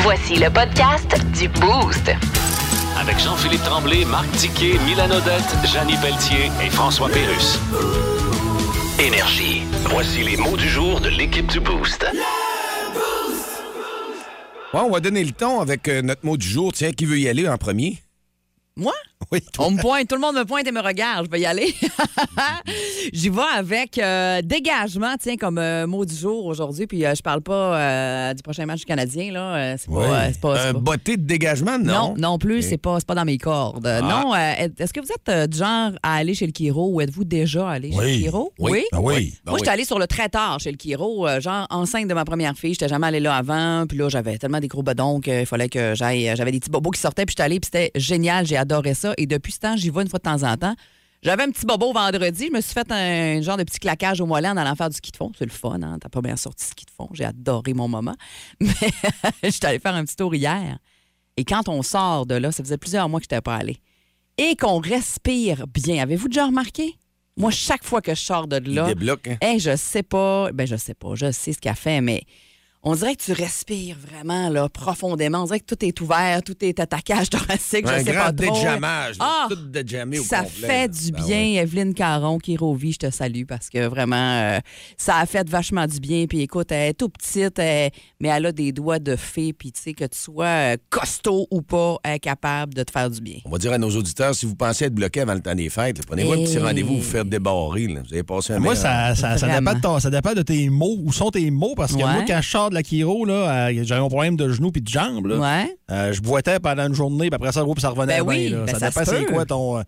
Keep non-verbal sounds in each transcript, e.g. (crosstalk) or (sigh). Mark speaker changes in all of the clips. Speaker 1: Voici le podcast du Boost.
Speaker 2: Avec Jean-Philippe Tremblay, Marc Tiquet, Milan Odette, Janine Pelletier et François Pérus. Énergie. Voici les mots du jour de l'équipe du Boost.
Speaker 3: Ouais, on va donner le ton avec euh, notre mot du jour. Tiens, qui veut y aller en premier? (laughs)
Speaker 4: Moi?
Speaker 3: Oui,
Speaker 4: On me pointe, tout le monde me pointe et me regarde. Je vais y aller. (laughs) J'y vais avec euh, dégagement, tiens, comme euh, mot du jour aujourd'hui. Puis euh, je parle pas euh, du prochain match du Canadien, là. Euh, c'est pas.
Speaker 3: Ouais.
Speaker 4: euh, c'est pas- c'est
Speaker 3: Un
Speaker 4: pas-
Speaker 3: botté de dégagement, non?
Speaker 4: non, plus,
Speaker 3: Ok. Ah.
Speaker 4: c'est pas, c'est pas dans mes cordes. Euh, Non, euh, est- est-ce que vous êtes euh, du genre à aller chez le Kiro ou êtes-vous déjà allé chez le
Speaker 3: Oui.
Speaker 4: Kiro?
Speaker 3: Oui. Ah oui. Ben
Speaker 4: Moi, j'étais
Speaker 3: oui.
Speaker 4: allée sur le très tard chez le Kiro, euh, genre enceinte de ma première fille. J'étais jamais allée là avant. Puis là, j'avais tellement des gros bedons qu'il fallait que j'aille. euh, J'avais des petits bobos qui sortaient, puis j'étais allée, puis c'était génial. J'ai adoré ça. Et depuis ce temps, j'y vais une fois de temps en temps. J'avais un petit bobo vendredi. Je me suis fait un, genre de petit claquage au mollet en allant faire du ski de fond. C'est le fun, hein? T'as pas bien sorti ski de fond. J'ai adoré mon moment. (laughs) Mais j'étais allée faire un petit tour hier. Et quand on sort de là, ça faisait plusieurs mois que je n'étais pas allée, et qu'on respire bien, avez-vous déjà remarqué? Moi, chaque fois que je sors de
Speaker 3: Il
Speaker 4: là,
Speaker 3: débloque, hein?
Speaker 4: hey, je sais pas, ben je sais pas, je sais ce qu'elle fait, mais on dirait que tu respires vraiment là, profondément. On dirait que tout est ouvert, tout est à ta cage thoracique,
Speaker 3: Un
Speaker 4: je sais
Speaker 3: grand
Speaker 4: pas trop.
Speaker 3: déjammage.
Speaker 4: Ah!
Speaker 3: tout déjammé au
Speaker 4: Ça
Speaker 3: complet,
Speaker 4: fait
Speaker 3: là.
Speaker 4: du
Speaker 3: Ben
Speaker 4: bien,
Speaker 3: ouais.
Speaker 4: Evelyne Caron, qui rovit, je te salue parce que vraiment, euh, ça a fait vachement du bien. Puis écoute, elle est toute petite, elle- mais elle a des doigts de fée. Puis tu sais, que tu sois euh, costaud ou pas, elle est capable de te faire du bien.
Speaker 3: On va dire à nos auditeurs, si vous pensez être bloqué avant le temps des fêtes, là, prenez-vous un petit
Speaker 4: Hey.
Speaker 3: rendez-vous, vous faire débarrer. là. Vous avez passé un
Speaker 5: Euh, Moi,
Speaker 3: meilleur-
Speaker 5: ça, ça, ça dépend
Speaker 4: euh, Vraiment.
Speaker 5: de ton- ça dépend de tes mots. Où sont tes mots? Parce que
Speaker 4: Ouais.
Speaker 5: moi, quand je sors de la chiro, là, euh, j'avais un problème de genoux puis de jambes. là.
Speaker 4: Ouais.
Speaker 5: Euh, je boitais pendant une journée, puis après ça, oh, puis ça revenait
Speaker 4: Ben
Speaker 5: bien.
Speaker 4: oui,
Speaker 5: là.
Speaker 4: ben
Speaker 5: ça,
Speaker 4: ça
Speaker 5: dépend
Speaker 4: se
Speaker 5: c'est
Speaker 4: peut.
Speaker 5: quoi ton. euh,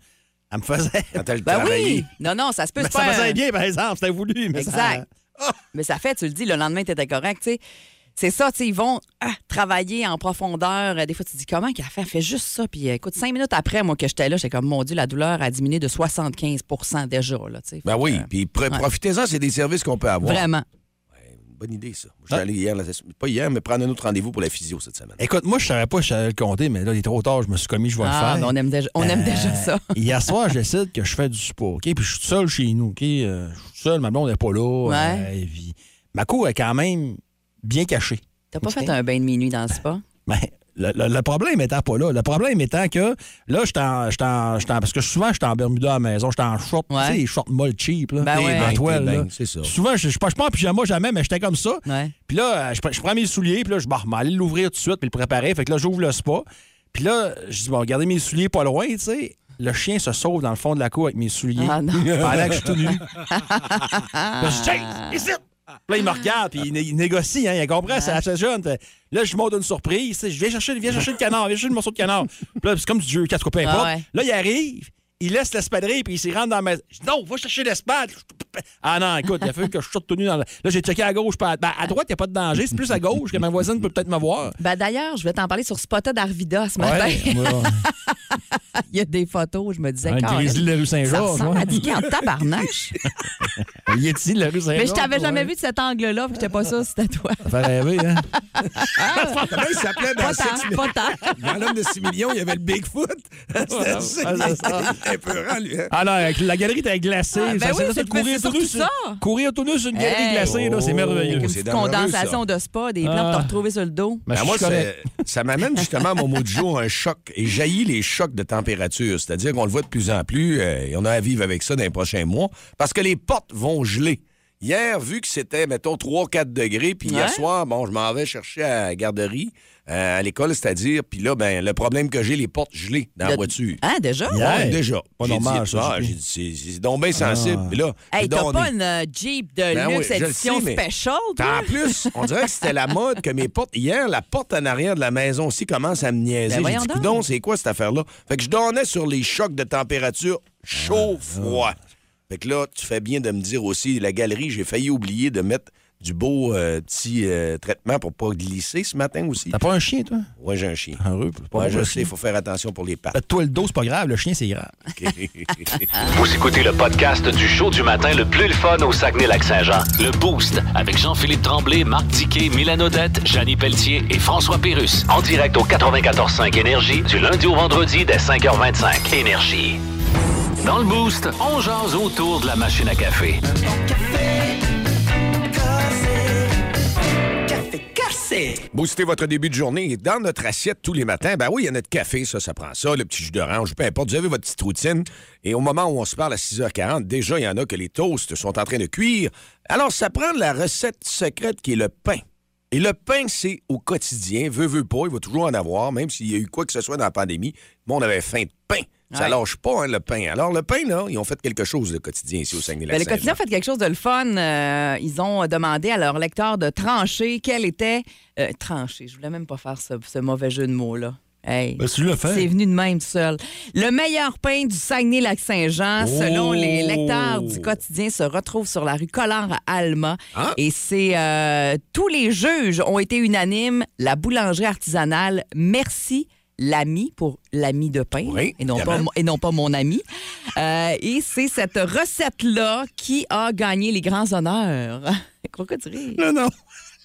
Speaker 5: elle me faisait.
Speaker 3: Quand
Speaker 5: (laughs)
Speaker 3: t'as le
Speaker 4: Ben
Speaker 3: travaillé.
Speaker 4: oui! Non, non, ça se peut.
Speaker 5: Mais
Speaker 4: c'est
Speaker 5: ça
Speaker 4: pas un-
Speaker 5: faisait bien, par exemple, c'était voulu. Mais ça- euh,
Speaker 4: Exact. Ah! Mais ça fait, tu le dis, le lendemain, tu étais correct, tu sais. C'est ça, tu sais, ils vont ah, travailler en profondeur. Euh, Des fois, tu te dis, comment qu'elle fait? Elle fait juste ça. Puis euh, écoute, cinq minutes après, moi, que j'étais là, j'étais comme, mon Dieu, la douleur a diminué de 75 déjà, là, tu sais.
Speaker 3: Ben
Speaker 4: Fait
Speaker 3: oui,
Speaker 4: que, euh,
Speaker 3: puis pre-
Speaker 4: ouais.
Speaker 3: profitez-en, c'est des services qu'on peut avoir.
Speaker 4: Vraiment.
Speaker 3: Bonne idée, ça. Je suis allé hier, là, pas hier, mais prendre un autre rendez-vous pour la physio cette semaine.
Speaker 5: Écoute, moi, je savais pas que je savais le compter, mais là, il est trop tard, je me suis commis, je vais
Speaker 4: Ah, ben,
Speaker 5: le faire. Euh,
Speaker 4: on aime déjà, on aime déjà ça.
Speaker 5: (laughs) Hier soir, je décide que je fais du sport, OK? Puis je suis tout seul chez nous, OK? Euh, je suis tout seul, ma blonde n'est pas là.
Speaker 4: Ouais.
Speaker 5: euh, et puis ma cour est quand même bien cachée.
Speaker 4: T'as pas fait un bain de minuit dans le spa?
Speaker 5: Ben, le, le- le problème étant pas là. Le problème étant que là, je t'en. je t'en- je t'en- Parce que souvent, je suis en Bermuda à la maison, je suis en short,
Speaker 4: Ouais.
Speaker 5: tu sais, les shorts molle cheap, là.
Speaker 4: Ben
Speaker 5: T'es
Speaker 4: ouais.
Speaker 5: en
Speaker 4: T'es
Speaker 5: toile,
Speaker 3: bien,
Speaker 5: là.
Speaker 3: c'est ça.
Speaker 5: Souvent, je je suis pas je suis pas en pyjama jamais, mais j'étais comme ça.
Speaker 4: Ouais.
Speaker 5: Puis là, euh, je, pre- je prends mes souliers, puis là, je bah, je vais aller l'ouvrir tout de suite, puis le préparer. Fait que là, j'ouvre le spa. Puis là, je dis, bon, regardez mes souliers pas loin, tu sais. Le chien se sauve dans le fond de la cour avec mes souliers.
Speaker 4: Ah non.
Speaker 5: (laughs) Pendant que je suis tout nu. Puis là, je dis, Hey,
Speaker 4: Ah.
Speaker 5: ici! Puis là, il me regarde, puis il, né- il négocie, hein, il comprend, c'est assez jeune. Fait, Là, je lui montre une surprise, tu sais, je viens chercher, viens chercher le canard, viens chercher le morceau de canard. Puis là, c'est comme du jeu, quatre quoi, peu importe.
Speaker 4: Ah ouais.
Speaker 5: Là, il arrive, il laisse l'espadrille, puis il s'y rentre dans la maison. Je dis, non, va chercher l'espade. Ah non, écoute, il a fallu que je sorte tout nu dans la... Là, j'ai checké à gauche, pas à... ben, à droite, il n'y a pas de danger, c'est plus à gauche que ma voisine peut peut-être me voir.
Speaker 4: Ben d'ailleurs, je vais t'en parler sur Spotted Arvida ce matin.
Speaker 5: Ouais, moi,
Speaker 4: (laughs) Il y a des photos, je me disais,
Speaker 5: un
Speaker 4: carrément,
Speaker 5: grizzly de la rue
Speaker 4: ça
Speaker 5: Saint-Georges.
Speaker 4: ressemble
Speaker 5: moi.
Speaker 4: à Dicky en
Speaker 5: (laughs)
Speaker 4: tabarnache.
Speaker 5: Un Yeti de la rue Saint-Georges.
Speaker 4: Mais je t'avais jamais
Speaker 5: ouais.
Speaker 4: vu de cet angle-là, puis j'étais pas sûre si c'était
Speaker 5: (laughs)
Speaker 4: toi.
Speaker 5: Ça fait rêver, hein?
Speaker 3: Comment il s'appelait dans
Speaker 4: Pas tant,
Speaker 3: 7
Speaker 4: pas tant.
Speaker 3: Dans l'homme de 6 millions, il y avait le
Speaker 5: (laughs)
Speaker 3: Bigfoot. C'était c'était épeurant, lui. hein?
Speaker 5: Ah non, avec la galerie était glacée.
Speaker 4: Ah, ben
Speaker 5: Ça,
Speaker 4: oui,
Speaker 5: là,
Speaker 4: c'est-
Speaker 5: de courir
Speaker 4: c'est
Speaker 5: tout nu
Speaker 4: surtout
Speaker 5: sur-
Speaker 4: ça.
Speaker 5: Courir tout nu sur euh, une galerie
Speaker 4: Hey.
Speaker 5: glacée, là, c'est
Speaker 3: Oh.
Speaker 5: merveilleux.
Speaker 4: Avec une
Speaker 3: C'est
Speaker 4: petite
Speaker 3: dangereux,
Speaker 4: condensation
Speaker 3: ça.
Speaker 4: de spa, des plantes
Speaker 5: Ah.
Speaker 4: pour te retrouver sur le dos.
Speaker 5: Mais
Speaker 3: Ben,
Speaker 5: je
Speaker 3: moi,
Speaker 5: suis correct.
Speaker 3: ça- ça m'amène justement à mon mot du jour, un choc. Et jaillit les chocs de température. C'est-à-dire qu'on le voit de plus en plus. euh, et on a à vivre avec ça dans les prochains mois. Parce que les portes vont geler. Hier, vu que c'était, mettons, 3-4 degrés, puis hier
Speaker 4: Ouais.
Speaker 3: soir, bon, je m'en vais chercher à la garderie, euh, à l'école, c'est-à-dire, puis là, ben, le problème que j'ai, les portes gelées dans la
Speaker 4: Le-
Speaker 3: voiture.
Speaker 4: Ah, déjà?
Speaker 5: Yeah.
Speaker 3: Ouais,
Speaker 5: Hey,
Speaker 3: déjà.
Speaker 5: pas
Speaker 3: J'ai
Speaker 5: normal,
Speaker 3: dit,
Speaker 5: ça,
Speaker 3: ah,
Speaker 5: j'ai
Speaker 3: j'ai
Speaker 5: dit.
Speaker 3: dit, c'est- c'est donc bien sensible. Puis là, j'ai
Speaker 4: Ah. Hey, t'as
Speaker 3: donc-
Speaker 4: pas une euh, Jeep de
Speaker 3: Ben oui,
Speaker 4: luxe
Speaker 3: je le
Speaker 4: édition
Speaker 3: sais, mais-
Speaker 4: special, toi?
Speaker 3: En plus, on dirait que c'était la mode que mes portes. Hier, la porte en arrière de la maison aussi commence à me niaiser.
Speaker 4: Ben
Speaker 3: J'ai
Speaker 4: voyons
Speaker 3: dit,
Speaker 4: donc.
Speaker 3: coudon, c'est quoi cette affaire-là? Fait que je donnais sur les chocs de température
Speaker 5: Ah,
Speaker 3: chaud-froid. Fait que là, tu fais bien de me dire aussi, la galerie, j'ai failli oublier de mettre du beau euh, petit euh, traitement pour pas glisser ce matin aussi.
Speaker 5: T'as pas un chien, (laughs) toi?
Speaker 3: Ouais, j'ai un chien.
Speaker 5: Un rue, c'est pas
Speaker 3: Ouais,
Speaker 5: un
Speaker 3: je
Speaker 5: chien.
Speaker 3: sais, il faut faire attention pour les pattes.
Speaker 5: Ben, toi, le dos, c'est pas grave. Le chien, c'est grave. (laughs)
Speaker 2: Vous écoutez le podcast du show du matin le plus le fun au Saguenay-Lac-Saint-Jean. Le Boost avec Jean-Philippe Tremblay, Marc Tiquet, Milan Odette, Janine Pelletier et François Pérus. En direct au 94.5 Énergie du lundi au vendredi dès 5h25. Énergie. Dans le Boost, on jase autour de la machine à café.
Speaker 6: Café cassé.
Speaker 3: Boostez votre début de journée dans notre assiette tous les matins. Ben oui, il y a notre café, ça, ça prend ça, le petit jus d'orange, peu importe. Vous avez votre petite routine. Et au moment où on se parle à 6h40, déjà, il y en a que les toasts sont en train de cuire. Alors, ça prend la recette secrète qui est le pain. Et le pain, c'est au quotidien. Veut, veut pas, il va toujours en avoir, même s'il y a eu quoi que ce soit dans la pandémie. Bon, on avait faim de pain. Ça
Speaker 4: Ouais.
Speaker 3: lâche pas, hein, le pain. Alors, le pain, là, ils ont fait quelque chose, le quotidien, ici, au
Speaker 4: Ben, le
Speaker 3: Saguenay-Lac-Saint-Jean.
Speaker 4: quotidien a fait quelque chose de le fun. Euh, ils ont demandé à leurs lecteurs de trancher quel était. euh, trancher, je voulais même pas faire ce, ce mauvais jeu de mots-là. Hey.
Speaker 3: Ben,
Speaker 5: tu l'as
Speaker 4: C'est venu de même tout seul. Le meilleur pain du Saguenay-Lac-Saint-Jean,
Speaker 5: Oh!
Speaker 4: selon les lecteurs du quotidien, se retrouve sur la rue Collard à Alma.
Speaker 3: Ah!
Speaker 4: Et c'est euh, tous les juges ont été unanimes. La boulangerie artisanale, merci l'ami pour l'ami de pain
Speaker 3: Oui,
Speaker 4: et, non pas,
Speaker 3: évidemment.
Speaker 4: mon- et non pas mon ami. Euh, et c'est cette recette-là qui a gagné les grands honneurs. (laughs) Pourquoi tu ris?
Speaker 5: Le nom.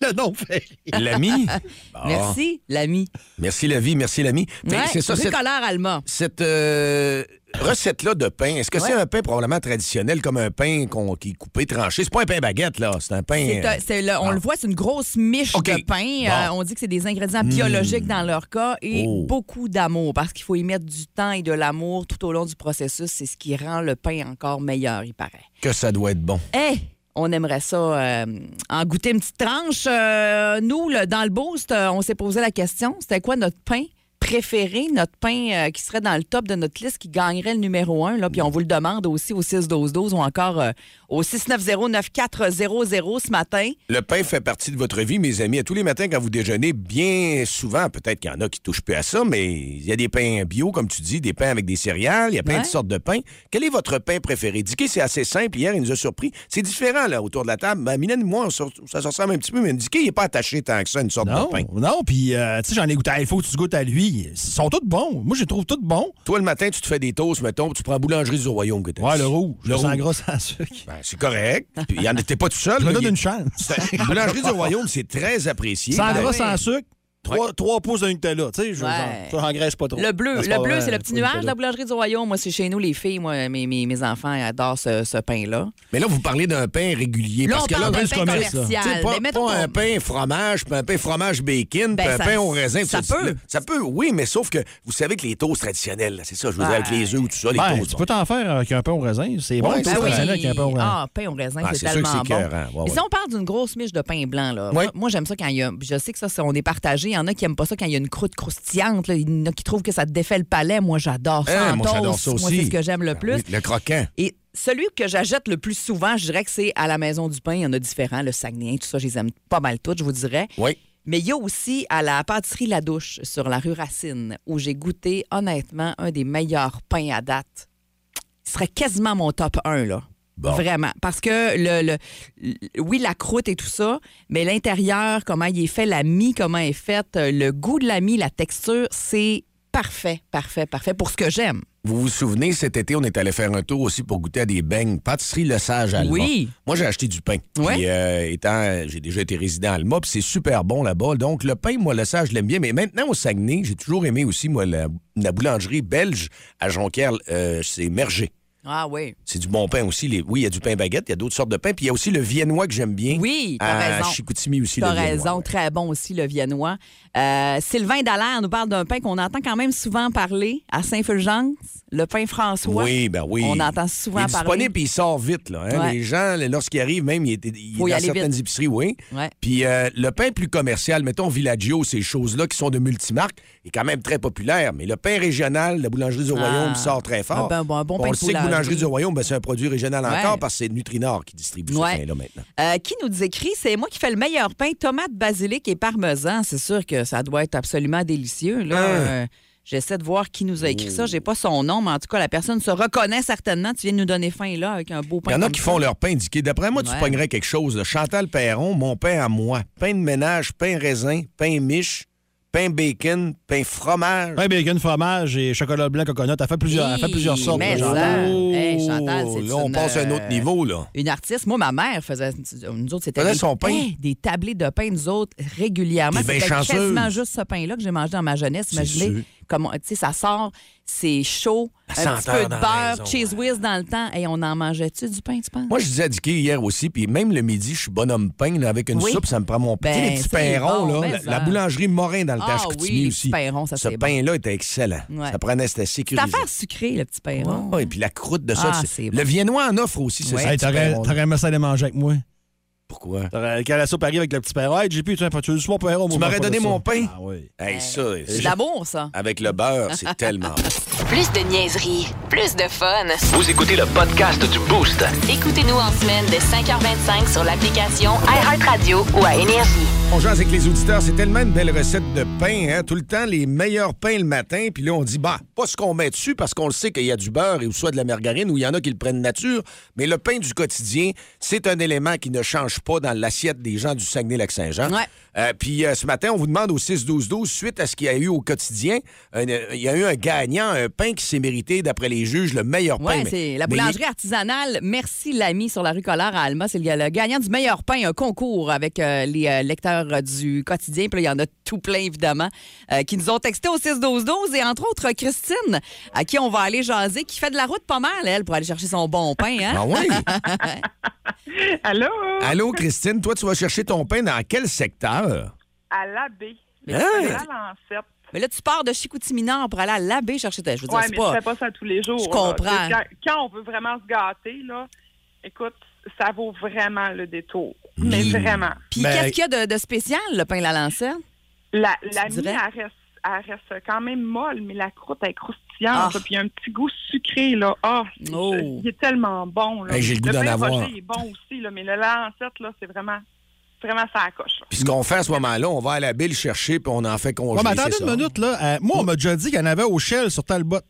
Speaker 5: Le nom fait.
Speaker 3: (laughs) L'ami.
Speaker 4: (laughs) Merci l'ami.
Speaker 3: Merci la vie, merci l'ami. T'sais,
Speaker 4: Ouais,
Speaker 3: c'est ça,
Speaker 4: rue
Speaker 3: c'est-
Speaker 4: Collard Alma.
Speaker 3: cette euh, recette-là de pain, est-ce que c'est
Speaker 4: Ouais.
Speaker 3: un pain probablement traditionnel, comme un pain qu'on- qui est coupé, tranché? C'est pas un pain baguette, là. C'est un pain.
Speaker 4: C'est un-
Speaker 3: euh,
Speaker 4: c'est le- on
Speaker 3: Ah.
Speaker 4: le voit, c'est une grosse miche
Speaker 3: OK.
Speaker 4: de pain. Euh,
Speaker 3: Bon. Hmm.
Speaker 4: on dit que c'est des ingrédients biologiques dans leur cas et
Speaker 3: Oh.
Speaker 4: beaucoup d'amour parce qu'il faut y mettre du temps et de l'amour tout au long du processus. C'est ce qui rend le pain encore meilleur, il paraît.
Speaker 3: euh, Que ça doit être bon.
Speaker 4: Eh, on aimerait ça euh, en goûter une petite tranche. Euh, nous, le- dans le boost, euh, on s'est posé la question, c'était quoi notre pain préféré, notre pain euh, qui serait dans le top de notre liste, qui gagnerait le numéro un. Là, puis on vous le demande aussi au 6-12-12 ou encore euh, au 690-9400 ce matin.
Speaker 3: Le pain fait partie de votre vie, mes amis. À tous les matins, quand vous déjeunez, bien souvent, peut-être qu'il y en a qui touchent plus à ça, mais il y a des pains bio, comme tu dis, des pains avec des céréales, il y a plein
Speaker 4: Ouais.
Speaker 3: de sortes de pains. Quel est votre pain préféré? Dicky, c'est assez simple. Hier, il nous a surpris. C'est différent, là, autour de la table. Ben, Mylène et moi, on se- ça se ressemble un petit peu, mais Dicky, il n'est pas attaché tant que ça à une sorte
Speaker 5: Non,
Speaker 3: de pain.
Speaker 5: non, puis euh, tu sais, j'en ai goûté à il faut que tu goûtes à lui. Ils sont tous bons. Moi, je les trouve tous bons.
Speaker 3: Toi, le matin, tu te fais des toasts, mettons, puis tu prends la boulangerie du royaume que t'as
Speaker 5: Ouais,
Speaker 3: dit.
Speaker 5: le rouge.
Speaker 3: Le
Speaker 5: Le sans
Speaker 3: rouge.
Speaker 5: gras, sans sucre.
Speaker 3: Ben, c'est correct. Puis, Il y en était pas tout seul.
Speaker 5: Je me
Speaker 3: là,
Speaker 5: donne
Speaker 3: il-
Speaker 5: une chance.
Speaker 3: (laughs) C'est- La boulangerie du royaume, c'est très apprécié.
Speaker 5: Sans
Speaker 3: Ben,
Speaker 5: gras, sans sucre, trois, trois pouces de Nutella. Tu sais, je
Speaker 4: Ouais.
Speaker 5: j'en- j'engraisse pas trop.
Speaker 4: Le bleu,
Speaker 5: Non, c'est
Speaker 4: le
Speaker 5: pas
Speaker 3: euh,
Speaker 4: bleu,
Speaker 5: vrai,
Speaker 4: c'est le petit
Speaker 5: pas de
Speaker 4: nuage de
Speaker 5: Nutella.
Speaker 4: la boulangerie du Royaume. Moi, c'est chez nous, les filles, moi, mes, mes, mes enfants ils adorent ce, ce pain-là.
Speaker 3: Mais là, vous parlez d'un pain régulier.
Speaker 4: Là,
Speaker 3: parce
Speaker 4: on
Speaker 3: que
Speaker 4: parle
Speaker 3: là,
Speaker 4: d'un
Speaker 5: reste
Speaker 4: pain
Speaker 5: commerce, là.
Speaker 3: tu sais,
Speaker 4: commercial.
Speaker 3: pas,
Speaker 4: Mais mettons
Speaker 3: pas un
Speaker 4: qu'on-
Speaker 3: pain fromage, puis un pain fromage bacon,
Speaker 4: Ben,
Speaker 3: puis un
Speaker 4: ça-
Speaker 3: pain au raisin. puis
Speaker 4: ça
Speaker 3: tu-
Speaker 4: peut.
Speaker 3: Ça peut, oui, mais sauf que vous savez que les toasts traditionnels, là, c'est ça, je vous dire, avec les œufs ou tout ça, les
Speaker 5: Ben,
Speaker 3: toasts.
Speaker 5: tu
Speaker 3: bon.
Speaker 5: peux t'en faire avec un pain au raisin. C'est bon,
Speaker 3: Ouais,
Speaker 5: tu
Speaker 3: ben
Speaker 5: peux
Speaker 3: oui.
Speaker 5: t'en faire avec un pain au raisin.
Speaker 4: Ah, pain au raisin,
Speaker 3: Ah, c'est
Speaker 4: c'est
Speaker 3: sûr
Speaker 4: tellement
Speaker 3: que c'est
Speaker 4: bon.
Speaker 3: écœurant. Ouais,
Speaker 4: Mais
Speaker 3: ouais.
Speaker 4: si on parle d'une grosse miche de pain blanc, là,
Speaker 3: Ouais.
Speaker 4: moi, moi, j'aime ça quand il y a. Je sais que ça, c'est- on est partagé. Il y en a qui aiment pas ça quand il y a une croûte croustillante. là. Il y en a qui trouvent que ça te défait le palais. Moi, j'adore ça.
Speaker 3: Hein,
Speaker 4: en
Speaker 3: moi, j'adore
Speaker 4: toast.
Speaker 3: ça aussi. Ben
Speaker 4: Moi, c'est ce que j'aime le plus.
Speaker 3: Oui, le croquant.
Speaker 4: Et celui que j'achète le plus souvent, je dirais que c'est à la Maison du Pain. Il y en a différents, le Saguenay, tout ça, je les aime pas mal toutes, je vous dirais.
Speaker 3: Oui.
Speaker 4: Mais il y a aussi à la pâtisserie La Douche sur la rue Racine, où j'ai goûté honnêtement un des meilleurs pains à date. Ce serait quasiment mon top 1, là.
Speaker 3: Bon.
Speaker 4: Vraiment. Parce que, le, le- le- oui, la croûte et tout ça, mais l'intérieur, comment il est fait, la mie, comment est faite, euh, le goût de la mie, la texture, c'est parfait, parfait, parfait pour ce que j'aime.
Speaker 3: Vous vous souvenez, cet été, on est allé faire un tour aussi pour goûter à des beignes. Pâtisserie Le Sage à Alma.
Speaker 4: Oui.
Speaker 3: Moi, j'ai acheté du pain.
Speaker 4: Ouais.
Speaker 3: Puis, euh, étant, j'ai déjà été résident à Alma, puis c'est super bon là-bas. Donc, le pain, moi, Le Sage, je l'aime bien. Mais maintenant, au Saguenay, j'ai toujours aimé aussi, moi, la, la boulangerie belge à Jonquière, euh, c'est Merger.
Speaker 4: Ah oui.
Speaker 3: C'est du bon pain aussi. Les... Oui, il y a du pain baguette, il y a d'autres sortes de pain. Puis il y a aussi le viennois que j'aime bien.
Speaker 4: Oui, t'as
Speaker 3: à
Speaker 4: raison.
Speaker 3: Chicoutimi aussi,
Speaker 4: T'as
Speaker 3: le viennois.
Speaker 4: raison, très bon aussi le viennois. Euh, Sylvain Dallaire nous parle d'un pain qu'on entend quand même souvent parler à Saint-Fulgence, le pain François.
Speaker 3: Oui, ben oui.
Speaker 4: On entend souvent
Speaker 3: Il est
Speaker 4: parler.
Speaker 3: disponible puis il sort vite. Là, hein.
Speaker 4: Ouais.
Speaker 3: Les gens, là, lorsqu'ils arrivent, même, il est, il est
Speaker 4: Faut y
Speaker 3: dans
Speaker 4: aller
Speaker 3: certaines
Speaker 4: vite.
Speaker 3: épiceries, oui.
Speaker 4: Ouais.
Speaker 3: Puis euh, le pain plus commercial, mettons Villaggio, ces choses-là qui sont de multimarques, est quand même très populaire. Mais le pain régional, la boulangerie du Royaume sort très fort.
Speaker 4: Ah ben, bon, un bon
Speaker 3: On
Speaker 4: pain
Speaker 3: le
Speaker 4: de
Speaker 3: sait que
Speaker 4: boulangerie.
Speaker 3: boulangerie du Royaume, ben, c'est un produit régional
Speaker 4: Ouais.
Speaker 3: encore parce que c'est Nutrinor qui distribue
Speaker 4: Ouais.
Speaker 3: ce pain-là maintenant.
Speaker 4: Euh, qui nous écrit, c'est moi qui fais le meilleur pain, tomate, basilic et parmesan. C'est sûr que ça doit être absolument délicieux.
Speaker 3: Ah
Speaker 4: Là. Euh, J'essaie de voir qui nous a écrit
Speaker 3: Oh.
Speaker 4: ça. J'ai pas son nom, mais en tout cas, la personne se reconnaît certainement. Tu viens de nous donner faim là avec un beau
Speaker 3: Il
Speaker 4: pain.
Speaker 3: y en a
Speaker 4: comme
Speaker 3: qui
Speaker 4: ça.
Speaker 3: font leur pain indiqué. D'après moi, tu
Speaker 4: Ouais.
Speaker 3: pognerais quelque chose. là. Chantal Perron, mon pain à moi. Pain de ménage, pain raisin, pain miche, pain bacon, pain fromage.
Speaker 5: Pain, bacon, fromage et chocolat blanc, coconut. Elle fait plusieurs, elle fait plusieurs
Speaker 4: Hi,
Speaker 5: sortes.
Speaker 4: mais
Speaker 5: là,
Speaker 4: ça.
Speaker 5: j'entends.
Speaker 3: Oh,
Speaker 4: Hey, Chantal, c'est
Speaker 3: là, on
Speaker 4: une,
Speaker 3: passe à un
Speaker 4: euh,
Speaker 3: autre niveau, là.
Speaker 4: une artiste. Moi, ma mère faisait. Nous autres, c'était
Speaker 3: Faisait
Speaker 4: des,
Speaker 3: son pain.
Speaker 4: Hey, des tablées de pain, nous autres, régulièrement.
Speaker 3: T'es bien
Speaker 4: C'était
Speaker 3: chanceuse.
Speaker 4: quasiment juste ce pain-là que j'ai mangé dans ma jeunesse.
Speaker 3: C'est sûr.
Speaker 4: Imaginez comme, on- tu sais, ça sort, c'est chaud, un petit
Speaker 5: senteur
Speaker 4: peu de
Speaker 5: dans la
Speaker 4: beurre,
Speaker 5: maison,
Speaker 4: cheese whiz dans le temps. Et on en mangeait-tu du pain, tu penses?
Speaker 3: Moi, je disais à Dicky hier aussi, puis même le midi, je suis bonhomme pain. là, avec une
Speaker 4: Oui.
Speaker 3: soupe, ça me prend mon
Speaker 4: Ben,
Speaker 3: petit petit
Speaker 4: c'est
Speaker 3: pain rond. là.
Speaker 4: bon, ben
Speaker 3: la,
Speaker 4: ça.
Speaker 3: la boulangerie Morin dans le
Speaker 4: Ah
Speaker 3: tâche
Speaker 4: oui, les
Speaker 3: aussi.
Speaker 4: petits pains ronds, ça,
Speaker 3: Ce
Speaker 4: c'est bon.
Speaker 3: pain-là était excellent.
Speaker 4: Ouais.
Speaker 3: Ça prenait, c'était sécurisé.
Speaker 4: T'as sucrée, le petit pain rond.
Speaker 3: Ouais, et puis la croûte de ça.
Speaker 4: Ah,
Speaker 3: c'est-
Speaker 4: c'est
Speaker 3: Le
Speaker 4: bon.
Speaker 3: viennois en offre aussi, c'est
Speaker 4: Ouais.
Speaker 3: ça.
Speaker 5: Hey, t'aurais t'aurais aimé ça de manger avec moi.
Speaker 3: Pourquoi?
Speaker 5: T'aurais- Quand la soupe arrive avec le petit père, hey, j'ai pu, tu veux du soir, père,
Speaker 3: Tu m'aurais donné mon pain.
Speaker 5: Ah oui.
Speaker 3: Hey, ça,
Speaker 4: Ben, C'est
Speaker 3: je-
Speaker 4: de l'amour, ça.
Speaker 3: avec le beurre, c'est
Speaker 4: (laughs)
Speaker 3: tellement bon.
Speaker 1: Plus de niaiserie, plus de fun.
Speaker 2: Vous écoutez le podcast du Boost.
Speaker 1: Écoutez-nous en semaine de 5h25 sur l'application iHeartRadio ou à Énergie.
Speaker 3: On jase avec les auditeurs, c'est tellement une belle recette de pain, hein? Tout le temps, les meilleurs pains le matin, puis là, on dit, bah, pas ce qu'on met dessus, parce qu'on le sait qu'il y a du beurre et ou soit de la margarine, ou il y en a qui le prennent nature, mais le pain du quotidien, c'est un élément qui ne change pas dans l'assiette des gens du Saguenay-Lac-Saint-Jean.
Speaker 4: Ouais.
Speaker 3: Euh, puis euh, ce matin, on vous demande au 6-12-12, suite à ce qu'il y a eu au quotidien, un, euh, il y a eu un gagnant, un pain qui s'est mérité, d'après les juges, le meilleur pain.
Speaker 4: Oui,
Speaker 3: mais-
Speaker 4: c'est la
Speaker 3: mais il-
Speaker 4: boulangerie artisanale. Merci l'ami sur la rue Collard à Alma. C'est le le gagnant du meilleur pain, un concours avec euh, les euh, lecteurs euh, du quotidien. Puis là, il y en a tout plein, évidemment, euh, qui nous ont texté au 6-12-12. Et entre autres, Christine, à qui on va aller jaser, qui fait de la route pas mal, elle, pour aller chercher son bon pain. Hein?
Speaker 3: Ah oui?
Speaker 4: (laughs)
Speaker 6: Allô?
Speaker 3: Allô, Christine, toi, tu vas chercher ton pain dans quel secteur?
Speaker 6: À l'abbé.
Speaker 4: Mais,
Speaker 3: Hein?
Speaker 4: tu- mais là, tu pars de Chicoutimi-Nord pour aller à l'abbé chercher ta... Je veux dire,
Speaker 6: Oui,
Speaker 4: c'est
Speaker 6: mais
Speaker 4: pas...
Speaker 6: je fais pas ça tous les jours.
Speaker 4: Je
Speaker 6: là.
Speaker 4: comprends.
Speaker 6: Quand, quand on veut vraiment se gâter, là, écoute, ça vaut vraiment le détour. Mais vraiment.
Speaker 4: Puis
Speaker 3: Ben,
Speaker 5: Mais-
Speaker 4: qu'est-ce qu'il y a de, de spécial, le pain la lancerne?
Speaker 6: La, la
Speaker 4: Tu
Speaker 6: mie,
Speaker 4: dirais?
Speaker 6: elle reste, elle reste quand même molle, mais la croûte elle est croustillante.
Speaker 4: Ah.
Speaker 6: là, Puis il y a un petit goût sucré, là. Ah, c'est-
Speaker 4: Oh.
Speaker 6: il est tellement bon. Là.
Speaker 3: Hey, j'ai le goût d'en
Speaker 6: pain
Speaker 3: avoir.
Speaker 6: rocher est bon aussi, là, mais le lancette, là, c'est vraiment, vraiment ça à coche. là.
Speaker 3: Puis ce qu'on fait à ce moment-là, on va à la bille chercher, puis on en fait
Speaker 5: Ouais,
Speaker 3: congeler.
Speaker 5: mais attendez
Speaker 3: c'est
Speaker 5: une
Speaker 3: ça.
Speaker 5: minute, là. Euh, moi, on m'a déjà dit qu'il y en avait au Shell sur Talbot.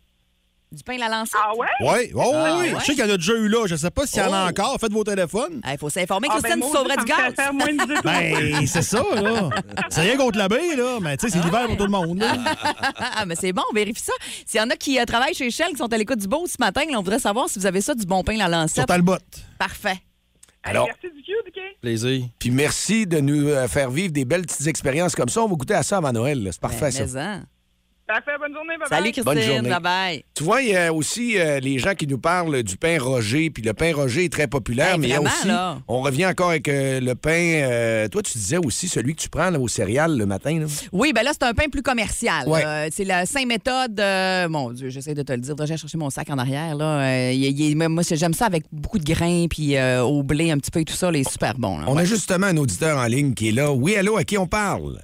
Speaker 4: Du pain la lancerne?
Speaker 6: Ah ouais?
Speaker 5: Oui, oh,
Speaker 4: Ah,
Speaker 5: oui.
Speaker 4: ouais?
Speaker 5: Je sais qu'il y en a déjà eu là. Je sais pas s'il y en a
Speaker 4: Oh.
Speaker 5: encore. Faites vos téléphones.
Speaker 4: Il faut s'informer.
Speaker 6: Ah,
Speaker 4: Christine,
Speaker 6: ben,
Speaker 4: tu sauverais du
Speaker 6: maudit, ça me
Speaker 4: gaz.
Speaker 6: fait faire
Speaker 4: (laughs)
Speaker 6: moins de détour.
Speaker 5: Ben, (laughs) c'est ça, là. C'est rien contre l'abbé, là. Mais tu sais, c'est l'hiver pour tout le monde, là.
Speaker 4: Ah, mais c'est bon, on vérifie ça. S'il y en a qui euh, travaillent chez Shell, qui sont à l'écoute du beau ce matin, là, on voudrait savoir si vous avez ça du bon pain la
Speaker 5: Sur
Speaker 4: lancette.
Speaker 5: Talbot.
Speaker 4: Parfait.
Speaker 3: Alors,
Speaker 6: Merci du cue, Dicky.
Speaker 5: Plaisir.
Speaker 3: puis merci de nous euh, faire vivre des belles petites expériences comme ça. On va goûter à ça avant Noël. là. C'est parfait,
Speaker 4: Ben,
Speaker 3: ça.
Speaker 4: mais-en.
Speaker 6: Parfait, bonne journée, bye-bye.
Speaker 4: Salut Christine,
Speaker 3: Bonne journée.
Speaker 4: bye bye.
Speaker 3: Tu vois, il y a aussi euh, les gens qui nous parlent du pain Roger, puis le pain Roger est très populaire,
Speaker 4: Hey,
Speaker 5: Ben,
Speaker 3: mais il y a
Speaker 4: vraiment,
Speaker 3: aussi,
Speaker 4: là.
Speaker 3: on revient encore avec euh, le pain, euh, toi tu disais aussi celui que tu prends là, au céréales le matin. là.
Speaker 4: Oui, ben là, c'est un pain plus commercial.
Speaker 3: Ouais.
Speaker 4: Euh, c'est la saint méthode. euh, mon Dieu, j'essaie de te le dire. Faudrait que j'aille chercher mon sac en arrière. Là. Euh, il- il- moi, c'est- j'aime ça avec beaucoup de grains, puis euh, au blé un petit peu et tout ça. Les super bon.
Speaker 5: Ah
Speaker 3: On a justement un auditeur en ligne qui est là. Oui, allô, à qui on parle?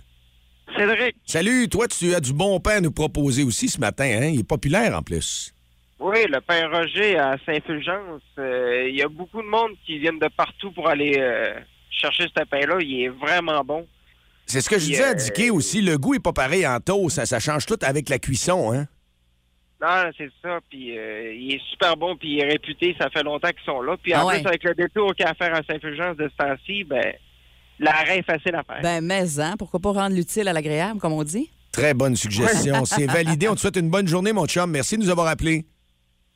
Speaker 7: Cédric,
Speaker 3: Salut, toi tu as du bon pain à nous proposer aussi ce matin, hein? Il est populaire en plus.
Speaker 7: oui, le Père Roger à Saint-Fulgence, euh, il y a beaucoup de monde qui viennent de partout pour aller euh, chercher ce pain-là. Il est vraiment bon.
Speaker 3: C'est ce que je
Speaker 7: Puis,
Speaker 3: disais à
Speaker 7: euh,
Speaker 3: Dicky aussi, le goût est pas pareil en taux, ça, ça change tout avec la cuisson, hein?
Speaker 7: Non, c'est ça. Puis euh, il est super bon, puis il est réputé. Ça fait longtemps qu'ils sont là. Puis
Speaker 4: Ah
Speaker 7: en
Speaker 4: ouais.
Speaker 7: plus, avec le détour qu'il y a à faire à Saint-Fulgence de ce temps-ci, ben, l'arrêt est facile à faire.
Speaker 4: Ben, mais hein, pourquoi pas rendre l'utile à l'agréable, comme on dit?
Speaker 3: Très bonne suggestion. C'est validé. On te souhaite une bonne journée, mon chum. Merci de nous avoir appelés.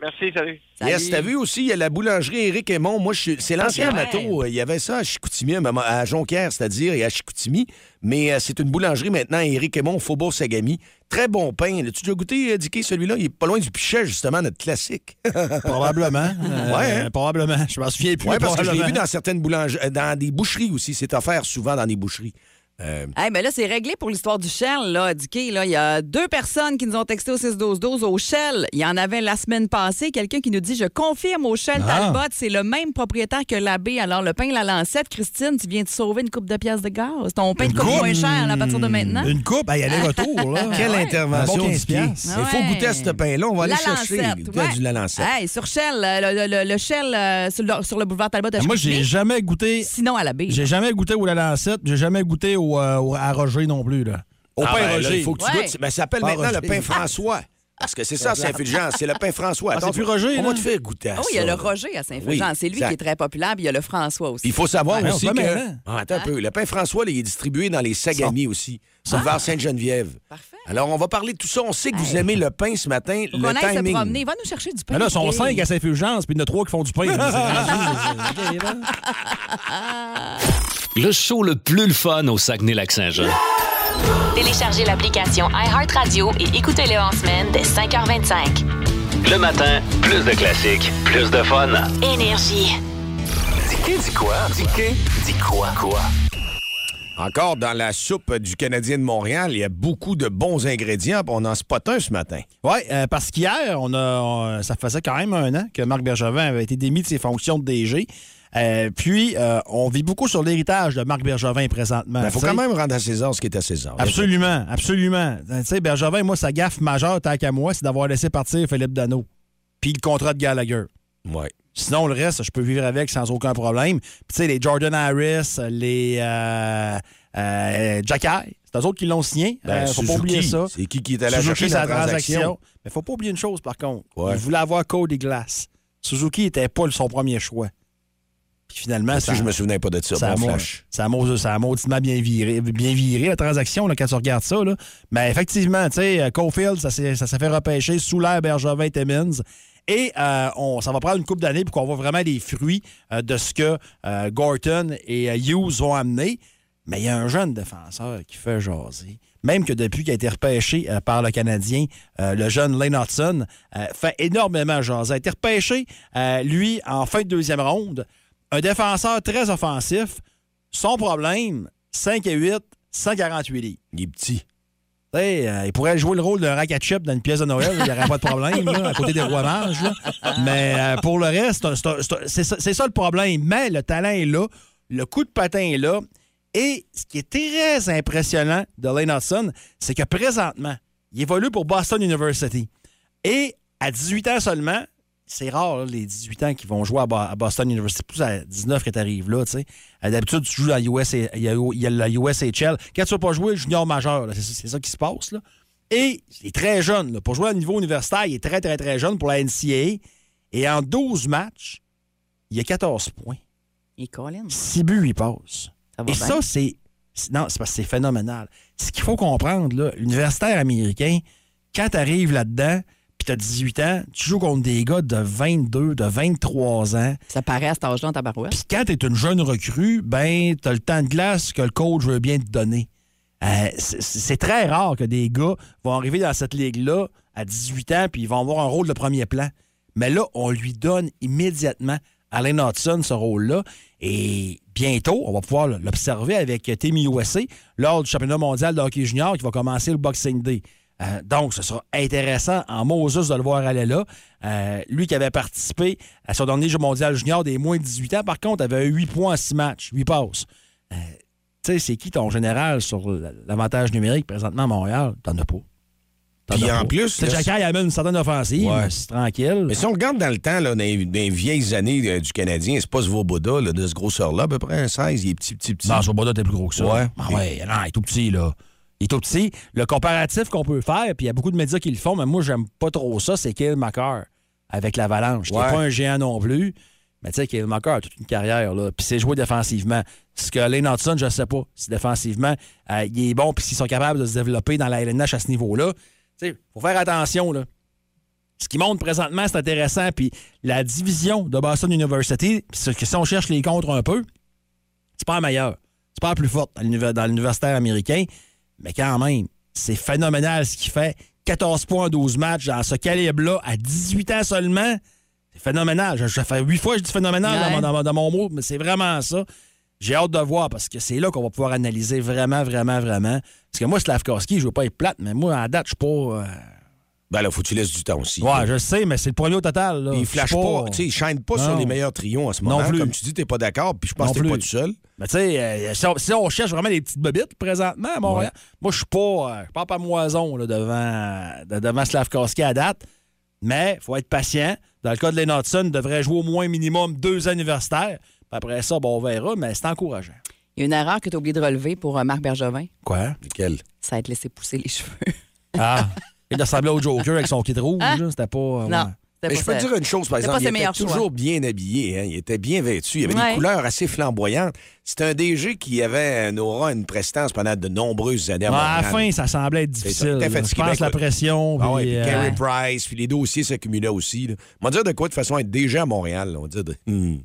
Speaker 7: Merci, salut.
Speaker 4: Salut.
Speaker 3: Yes, t'as vu aussi, il y a la boulangerie Éric Aymon. Moi, je suis- c'est l'ancien
Speaker 4: c'est vrai.
Speaker 3: bateau. Il y avait ça à Chicoutimi, à un moment- à Jonquière, c'est-à-dire, et à Chicoutimi. Mais euh, c'est une boulangerie maintenant, Éric Aymon, Faubourg Sagami. Très bon pain. L'as-tu déjà goûté, euh, Dicky, celui-là? Il est pas loin du pichet, justement, notre classique.
Speaker 5: Probablement. Euh,
Speaker 3: Ouais, hein?
Speaker 5: Probablement. Je m'en souviens plus.
Speaker 3: Oui, parce que je l'ai
Speaker 5: probablement.
Speaker 3: vu dans certaines boulangeries, euh, dans des boucheries aussi. C'est offert souvent dans des boucheries. Euh,
Speaker 4: Hey, ben là, c'est réglé pour l'histoire du Shell, là, Dicky. Là, il y a deux personnes qui nous ont texté au 6-12-12 au Shell. Il y en avait la semaine passée. Quelqu'un qui nous dit Je confirme au Shell
Speaker 5: Ah.
Speaker 4: Talbot, c'est le même propriétaire que l'abbé. Alors, le pain La Lancette, Christine, tu viens de sauver une coupe de pièces de gaz. Ton pain te coûte
Speaker 5: coupe?
Speaker 4: moins cher là, à partir de
Speaker 3: Hmm.
Speaker 4: maintenant.
Speaker 5: Une coupe, il y a des retours,
Speaker 4: Ah,
Speaker 5: là.
Speaker 3: (laughs) Quelle intervention,
Speaker 5: Un bon 15
Speaker 3: Dicky.
Speaker 5: piastres.
Speaker 3: Il faut
Speaker 4: Ouais.
Speaker 3: goûter à ce pain-là. On va
Speaker 4: la
Speaker 3: aller chercher.
Speaker 4: Lancette,
Speaker 3: goûter à
Speaker 4: ouais.
Speaker 3: du la lancette.
Speaker 4: Hey, sur Shell, euh, le, le- le Shell euh, sur, le, sur le boulevard Talbot. à
Speaker 3: Ben,
Speaker 5: Moi,
Speaker 4: Chicoutimi.
Speaker 5: j'ai jamais goûté.
Speaker 4: Sinon, à l'abbé.
Speaker 5: J'ai jamais goûté au La Lancette, j'ai jamais goûté au, euh, au- à Roger non plus, là. Au
Speaker 3: Ah,
Speaker 5: pain
Speaker 3: ben, là,
Speaker 5: Roger.
Speaker 3: Il faut que tu
Speaker 4: Ouais.
Speaker 3: goûtes. Mais ça s'appelle
Speaker 5: Pain
Speaker 3: maintenant le
Speaker 5: Roger.
Speaker 3: pain François. Parce que c'est ça, Saint-Fulgence. C'est le pain François.
Speaker 5: Ah, c'est plus Roger,
Speaker 3: On va
Speaker 5: là?
Speaker 3: te faire goûter à
Speaker 4: Oh,
Speaker 3: ça.
Speaker 4: il y a le Roger à Saint-Fulgent.
Speaker 3: Oui,
Speaker 4: c'est lui
Speaker 3: exact.
Speaker 4: qui est très populaire. puis Il y a le François aussi.
Speaker 3: Il faut savoir
Speaker 5: Ouais,
Speaker 3: aussi
Speaker 5: on
Speaker 3: que.
Speaker 5: peut maintenant.
Speaker 3: Ah, attends un peu. Le pain François, là, il est distribué dans les Sagami aussi. Boulevard Sainte-Geneviève.
Speaker 4: Ah. Parfait.
Speaker 3: Alors, on va parler de tout ça. On sait que vous aimez le pain ce matin.
Speaker 4: Faut
Speaker 3: le
Speaker 4: qu'on aille se
Speaker 3: timing. Ben
Speaker 4: promener. Va nous chercher du pain.
Speaker 5: Mais là, ils sont
Speaker 4: Dicky.
Speaker 5: cinq à Saint-Fulgence, puis il y en a trois qui font du pain.
Speaker 2: Le show le plus le fun au Saguenay-Lac-Saint-Jean.
Speaker 1: Téléchargez l'application iHeartRadio et écoutez-le en semaine dès 5h25.
Speaker 2: Le matin, plus de classiques, plus de fun.
Speaker 1: Énergie.
Speaker 2: Dis-qui, dis quoi? Dis-qui, dis quoi? Quoi?
Speaker 3: (laughs) Encore dans la soupe du Canadien de Montréal, il y a beaucoup de bons ingrédients, puis on en spot un ce matin.
Speaker 5: Oui, euh, parce qu'hier, on a, on- euh, ça faisait quand même un an que Marc Bergevin avait été démis de ses fonctions de DG. Euh, puis, euh, on vit beaucoup sur l'héritage de Marc Bergevin présentement.
Speaker 3: Il Ben, faut
Speaker 5: Tu sais,
Speaker 3: quand même rendre à César ce qui est à César.
Speaker 5: Absolument, absolument. Ben, Tu sais, Bergevin, moi, sa gaffe majeure, tant qu'à moi, c'est d'avoir laissé partir Philippe Dano. Puis le contrat de Gallagher.
Speaker 3: Oui.
Speaker 5: Sinon, le reste, je peux vivre avec sans aucun problème. Puis, tu sais, les Jordan Harris, les euh, euh, Jack Eye, c'est eux autres qui l'ont signé.
Speaker 3: Ben,
Speaker 5: Euh, faut pas
Speaker 3: Suzuki,
Speaker 5: oublier ça.
Speaker 3: C'est qui qui est allé
Speaker 5: Suzuki,
Speaker 3: chercher
Speaker 5: sa
Speaker 3: la transaction?
Speaker 5: transaction. Mais faut pas oublier une chose, par contre.
Speaker 3: Ouais.
Speaker 5: Il voulait avoir Cody Glass. Suzuki était pas son premier choix. Puis finalement,
Speaker 3: Ah, Si je me souvenais pas de ça,
Speaker 5: ça a
Speaker 3: bon
Speaker 5: mo-
Speaker 3: flash.
Speaker 5: ça a mo- ça a mauditement bien viré, bien viré la transaction là, quand tu regardes ça. là. Mais effectivement, tu sais, euh, Caulfield, ça s'est ça s'est fait repêcher sous l'air Bergevin Timmins. Et euh, on, ça va prendre une coupe d'années pour qu'on voit vraiment les fruits euh, de ce que euh, Gorton et euh, Hughes vont amener. Mais il y a un jeune défenseur qui fait jaser. Même que depuis qu'il a été repêché euh, par le Canadien, euh, le jeune Lane Hudson euh, fait énormément jaser. Il a été repêché, euh, lui, en fin de deuxième ronde. Un défenseur très offensif. Son problème, 5 et 8, 148 livres.
Speaker 3: Il est petit.
Speaker 5: Tu sais, euh, il pourrait jouer le rôle d'un rack à chip dans une pièce de Noël, il n'y aurait pas de problème, là, à côté des rois mages. là. Mais euh, pour le reste, c'est un- c'est un- c'est un- c'est ça, c'est ça le problème. Mais le talent est là, le coup de patin est là. Et ce qui est très impressionnant de Lane Hudson, c'est que présentement, il évolue pour Boston University. Et à 18 ans seulement, c'est rare là, les 18 ans qui vont jouer à, Bo- à Boston University, plus à 19 que tu arrives là, tu sais. Euh, D'habitude, tu joues dans US et- il y a- il y a la USHL. Quand tu vas pas jouer junior majeur, là, c'est ça- c'est ça qui se passe. Là. Et il est très jeune. Là. Pour jouer à niveau universitaire, il est très, très, très jeune pour la NCAA. Et en 12 matchs, il a 14 points.
Speaker 4: Et Colin,
Speaker 5: 6 buts, il passe.
Speaker 4: ça va
Speaker 5: Et
Speaker 4: bien.
Speaker 5: ça, c'est. c'est- Non, c'est parce que c'est phénoménal. Ce qu'il faut comprendre, là, l'universitaire américain, quand tu arrives là-dedans, puis tu as 18 ans, tu joues contre des gars de 22, de 23 ans.
Speaker 4: ça paraît à cet âge-là en tabarouette.
Speaker 5: Puis quand tu es une jeune recrue, ben, tu as le temps de glace que le coach veut bien te donner. Euh, c'est- c'est très rare que des gars vont arriver dans cette ligue-là à 18 ans puis ils vont avoir un rôle de premier plan. Mais là, on lui donne immédiatement à Lane Hudson ce rôle-là. Et bientôt, on va pouvoir l'observer avec Timmy USA lors du championnat mondial de hockey junior qui va commencer le Boxing Day. Euh, donc, ce sera intéressant en Moses de le voir aller là. Euh, lui qui avait participé à son dernier jeu mondial junior des moins de 18 ans, par contre, avait 8 points en 6 matchs, 8 passes. Euh, tu sais, c'est qui ton général sur l'avantage numérique présentement à Montréal? T'en as pas. T'en
Speaker 3: Puis
Speaker 5: as
Speaker 3: en
Speaker 5: pas.
Speaker 3: plus,
Speaker 5: C'est
Speaker 3: là,
Speaker 5: Jacquard, il amène une certaine offensive.
Speaker 3: Ouais.
Speaker 5: C'est tranquille.
Speaker 3: Mais si on regarde dans le temps, là, dans, les, dans les vieilles années euh, du Canadien, c'est pas ce Voboda, là, de ce grosseur-là, à peu près un 16, il est petit, petit, petit.
Speaker 5: Non, Svoboda, t'es plus gros que ça.
Speaker 3: Ouais.
Speaker 5: Ah ouais, non, il est tout petit, là. Il est tout petit. Le comparatif qu'on peut faire, puis il y a beaucoup de médias qui le font, mais moi, j'aime pas trop ça, c'est Kyle Macker avec l'Avalanche. qui est
Speaker 3: Ouais.
Speaker 5: pas un géant non plus, mais tu sais, Kyle Macker a toute une carrière, là. Puis c'est joué défensivement. Ce que Lane Hudson, je sais pas, si défensivement, euh, il est bon, puis s'ils sont capables de se développer dans la LNH à ce niveau-là, tu sais, faut faire attention, là ce qui monte présentement, c'est intéressant. Puis la division de Boston University, c'est que si on cherche les contres un peu, c'est pas la meilleure. C'est pas la plus forte dans l'univers- dans l'universitaire américain. Mais quand même, c'est phénoménal ce qu'il fait. 14 points en 12 matchs dans ce calibre-là à 18 ans seulement. C'est phénoménal. Je, je fais huit fois je dis phénoménal dans,
Speaker 4: Ouais.
Speaker 5: mon, dans mon- dans mon mot, mais c'est vraiment ça. J'ai hâte de voir parce que c'est là qu'on va pouvoir analyser vraiment, vraiment, vraiment. Parce que moi, Slavkovski, je veux pas être plate, mais moi, à date, je suis pas. euh,
Speaker 3: Ben là, faut que tu laisses du temps aussi.
Speaker 5: Ouais, je sais, mais c'est le premier au total. Là.
Speaker 3: Puis il flash
Speaker 5: Je sais
Speaker 3: pas, tu sais, il shine pas sur
Speaker 5: Non.
Speaker 3: les meilleurs trios en ce
Speaker 5: Non
Speaker 3: moment.
Speaker 5: plus.
Speaker 3: Comme tu dis, t'es pas d'accord, puis je
Speaker 5: Non
Speaker 3: pense que t'es pas
Speaker 5: plus.
Speaker 3: tout seul.
Speaker 5: Mais tu sais, euh, si, on- si on cherche vraiment des petites bobites présentement à Montréal, moi, je suis pas, euh, je suis pas à pamoison là, devant, de- devant Slavkovski à date, mais il faut être patient. Dans le cas de Lane Hudson, il devrait jouer au moins minimum deux anniversaires. Puis après ça, ben, on verra, mais c'est encourageant.
Speaker 4: Il y a une erreur que tu as oublié de relever pour euh, Marc Bergevin.
Speaker 5: Quoi?
Speaker 3: Nickel.
Speaker 4: Ça a te laissé pousser les (laughs) cheveux.
Speaker 5: Ah! (laughs) Il ressemblait au Joker avec son kit rouge, là, c'était pas... euh, ouais.
Speaker 4: Non, c'était
Speaker 3: Ah Mais
Speaker 4: pas
Speaker 3: je peux
Speaker 4: ça.
Speaker 3: te dire une chose, par
Speaker 4: C'est pas
Speaker 3: exemple.
Speaker 4: ses
Speaker 3: Il était
Speaker 4: meilleurs choix.
Speaker 3: toujours bien habillé. hein. Il était bien vêtu. Il avait
Speaker 4: Ouais.
Speaker 3: des couleurs assez flamboyantes. C'est un DG qui avait un aura, une prestance pendant de nombreuses années. à
Speaker 5: Ouais, à la
Speaker 3: Montréal.
Speaker 5: fin, ça semblait être
Speaker 3: ça.
Speaker 5: difficile.
Speaker 3: T'es
Speaker 5: là. Je
Speaker 3: fatigué,
Speaker 5: pense
Speaker 3: ben,
Speaker 5: la
Speaker 3: écoute.
Speaker 5: pression.
Speaker 3: Ah
Speaker 5: puis,
Speaker 3: ouais, puis
Speaker 5: euh,
Speaker 3: Carey Price, puis les dossiers s'accumulaient aussi. là. On va dire de quoi, de façon, être DG à Montréal. là. On va dire de- hmm.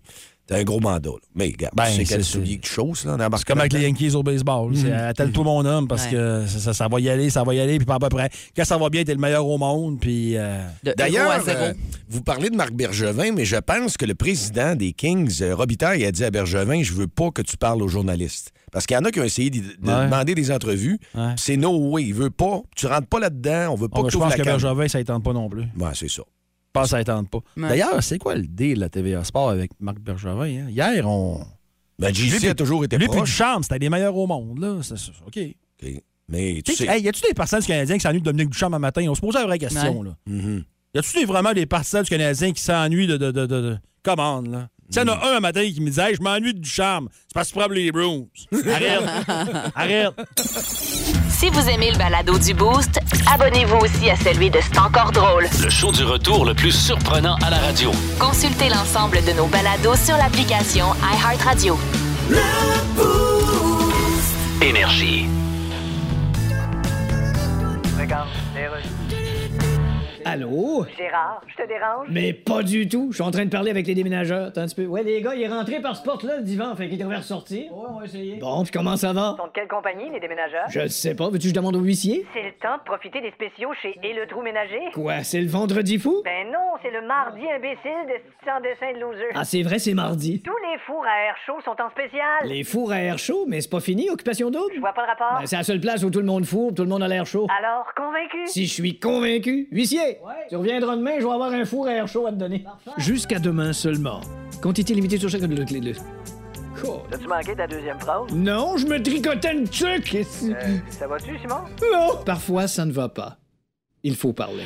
Speaker 3: T'as un gros mandat. là. Mais regarde,
Speaker 5: Ben,
Speaker 3: tu sais
Speaker 5: c'est-
Speaker 3: quel soulier que tu chausses, là, en embarquant
Speaker 5: C'est comme avec les
Speaker 3: là-dedans.
Speaker 5: Yankees au baseball. C'est attelle-toi mon homme parce
Speaker 4: Ouais.
Speaker 5: que ça, ça- ça va y aller, ça va y aller, puis pas à peu près. Quand ça va bien, t'es le meilleur au monde, puis. euh,
Speaker 4: De zéro à
Speaker 3: D'ailleurs,
Speaker 4: zéro.
Speaker 3: euh, vous parlez de Marc Bergevin, mais je pense que le président des Kings, euh, Robitaille, a dit à Bergevin Je veux pas que tu parles aux journalistes. Parce qu'il y en a qui ont essayé de, de
Speaker 5: Ouais.
Speaker 3: demander des entrevues.
Speaker 5: Ouais.
Speaker 3: C'est no way. Il veut pas. Tu rentres pas là-dedans. On veut pas
Speaker 5: oh,
Speaker 3: que tu
Speaker 5: je
Speaker 3: ouvres
Speaker 5: pense
Speaker 3: la
Speaker 5: que
Speaker 3: cam.
Speaker 5: Bergevin, ça ne tente pas non plus.
Speaker 3: Ouais, c'est ça.
Speaker 5: Je pense que ça ne tente pas. D'ailleurs, c'est quoi le deal de la TVA Sport avec Marc Bergevin? hein? Hier, on.
Speaker 3: Ben, JC
Speaker 5: puis-
Speaker 3: a toujours été
Speaker 5: Lui, puis
Speaker 3: proche.
Speaker 5: Ducharme, c'était les meilleurs au monde, là. C'est ça. OK.
Speaker 3: OK. Mais tu
Speaker 5: T'sais,
Speaker 3: sais.
Speaker 5: hey, y a-tu des partisans du Canadien qui s'ennuient de Dominique Ducharme un matin? On se posait la vraie question, là.
Speaker 3: Mhm.
Speaker 5: Y a-tu des- vraiment des partisans du Canadien qui s'ennuient de, de, de, de, de- commande, là? S'il y en a un un matin qui me disait, Hey, je m'ennuie de Ducharme, c'est parce que tu prends les Bruins. Arrête. Arrête.
Speaker 1: Si vous aimez le balado du Boost, abonnez-vous aussi à celui de C'est encore drôle.
Speaker 2: Le show du retour le plus surprenant à la radio.
Speaker 1: Consultez l'ensemble de nos balados sur l'application iHeartRadio.
Speaker 2: Énergie.
Speaker 8: Allô?
Speaker 9: Gérard, je te dérange?
Speaker 8: Mais pas du tout. Je suis en train de parler avec les déménageurs. Attends un petit peu. Ouais, les gars, il est rentré par ce porte-là, le divan. Fait qu'il devrait ressortir. Ouais, on va essayer. Bon, puis comment ça va?
Speaker 9: Sont de quelle compagnie, les déménageurs?
Speaker 8: Je sais pas. Veux-tu que je demande au huissier?
Speaker 9: C'est le temps de profiter des spéciaux chez Et le Trou Ménager?
Speaker 8: Quoi, c'est le vendredi fou?
Speaker 9: Ben non, c'est le mardi imbécile de ce sans dessin de loser.
Speaker 8: Ah, c'est vrai, c'est mardi.
Speaker 9: Tous les fours à air chaud sont en spécial.
Speaker 8: Les fours à air chaud, mais c'est pas fini, occupation
Speaker 9: Je
Speaker 8: double?
Speaker 9: vois pas le rapport.
Speaker 8: Ben, c'est la seule place où tout le monde fourre, tout le monde a l'air chaud.
Speaker 9: Alors, convaincu?
Speaker 8: Si je suis convaincu, huissier, tu reviendras demain, je vais avoir un four à air chaud à te donner. Jusqu'à demain seulement. Quantité limitée sur chacun de le clé de.
Speaker 9: As-tu manqué ta deuxième phrase? Euh,
Speaker 8: Non, je me tricotais une tuque ici.
Speaker 9: Ça va-tu, Simon?
Speaker 8: Non. Parfois, ça ne va pas. Il faut parler.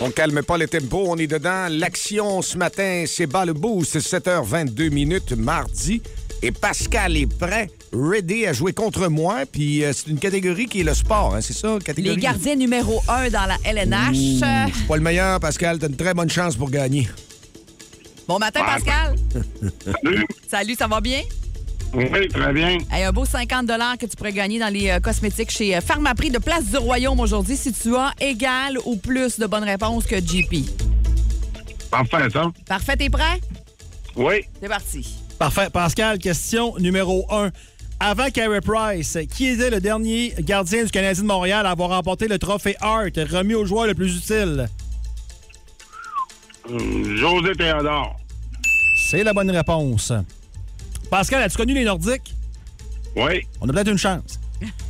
Speaker 3: On calme pas le tempo, on est dedans. L'action ce matin, c'est bas le boost, 7h22 minutes mardi. Et Pascal est prêt, ready à jouer contre moi. Puis euh, c'est une catégorie qui est le sport, hein, c'est ça? Catégorie...
Speaker 4: Les gardiens numéro un dans la LNH. Euh,
Speaker 3: Je suis pas le meilleur, Pascal. T'as une très bonne chance pour gagner.
Speaker 4: Bon matin, Pascal. Salut, ça va bien?
Speaker 7: Oui, très bien.
Speaker 4: Hey, un beau 50 que tu pourrais gagner dans les euh, cosmétiques chez euh, Pharmaprix de Place du Royaume aujourd'hui si tu as égal ou plus de bonnes réponses que JP.
Speaker 7: Parfait, ça.
Speaker 4: Parfait, t'es prêt?
Speaker 7: Oui.
Speaker 4: C'est parti.
Speaker 5: Parfait. Pascal, question numéro 1. Avant Carey Price, qui était le dernier gardien du Canadien de Montréal à avoir remporté le trophée Hart, remis au joueur le plus utile?
Speaker 7: euh, José Théodore.
Speaker 5: C'est la bonne réponse. Pascal, as-tu connu les Nordiques?
Speaker 7: Oui.
Speaker 5: On a peut-être une chance.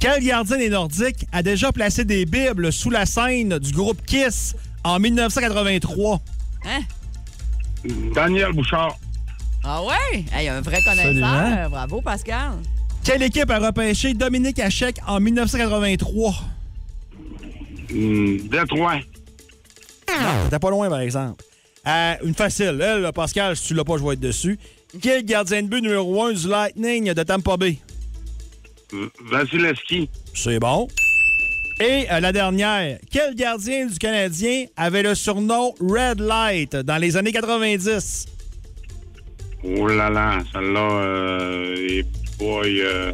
Speaker 5: Quel gardien des Nordiques a déjà placé des bibles sous la scène du groupe Kiss en 1983?
Speaker 4: Hein?
Speaker 7: Daniel Bouchard.
Speaker 4: Ah ouais? Hey, un vrai connaisseur.
Speaker 5: Absolument.
Speaker 4: Bravo, Pascal.
Speaker 5: Quelle équipe a repêché Dominique Hachek en 1983?
Speaker 7: Détroit.
Speaker 5: T'es pas loin, par exemple. Euh, une facile, elle, là, Pascal, si tu l'as pas, je vais être dessus. Quel gardien de but numéro 1 du Lightning de Tampa Bay?
Speaker 7: Vasilevski.
Speaker 5: C'est bon. Et euh, la dernière, quel gardien du Canadien avait le surnom Red Light dans les années 90?
Speaker 7: Oh là là, celle-là, euh, et boy, euh,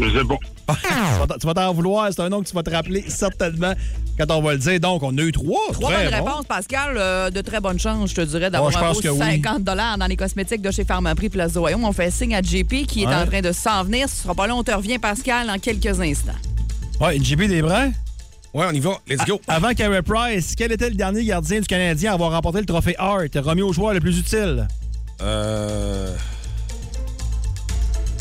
Speaker 7: je sais pas.
Speaker 5: Tu vas t'en- Tu vas t'en vouloir, c'est un nom que tu vas te rappeler certainement quand on va le dire. Donc, on a eu trois.
Speaker 4: Trois
Speaker 5: Très
Speaker 4: bonnes
Speaker 5: bon. Oh,
Speaker 4: réponses, Pascal. Euh, de très bonnes chances, je te dirais, d'avoir
Speaker 5: je
Speaker 4: un
Speaker 5: pense
Speaker 4: beau
Speaker 5: que oui.
Speaker 4: 50 dans les cosmétiques de chez Pharmaprix Place du Royaume. On fait signe à JP qui est
Speaker 5: Ouais.
Speaker 4: en train de s'en venir. Ce sera pas long. On te revient, Pascal, en quelques instants.
Speaker 5: Ouais, une JP des Brins.
Speaker 3: Ouais, on y va. Let's go.
Speaker 7: Ah,
Speaker 5: Avant Carey Price, quel était le dernier gardien du Canadien à avoir remporté le trophée Hart, remis au joueur le plus utile?
Speaker 3: Euh...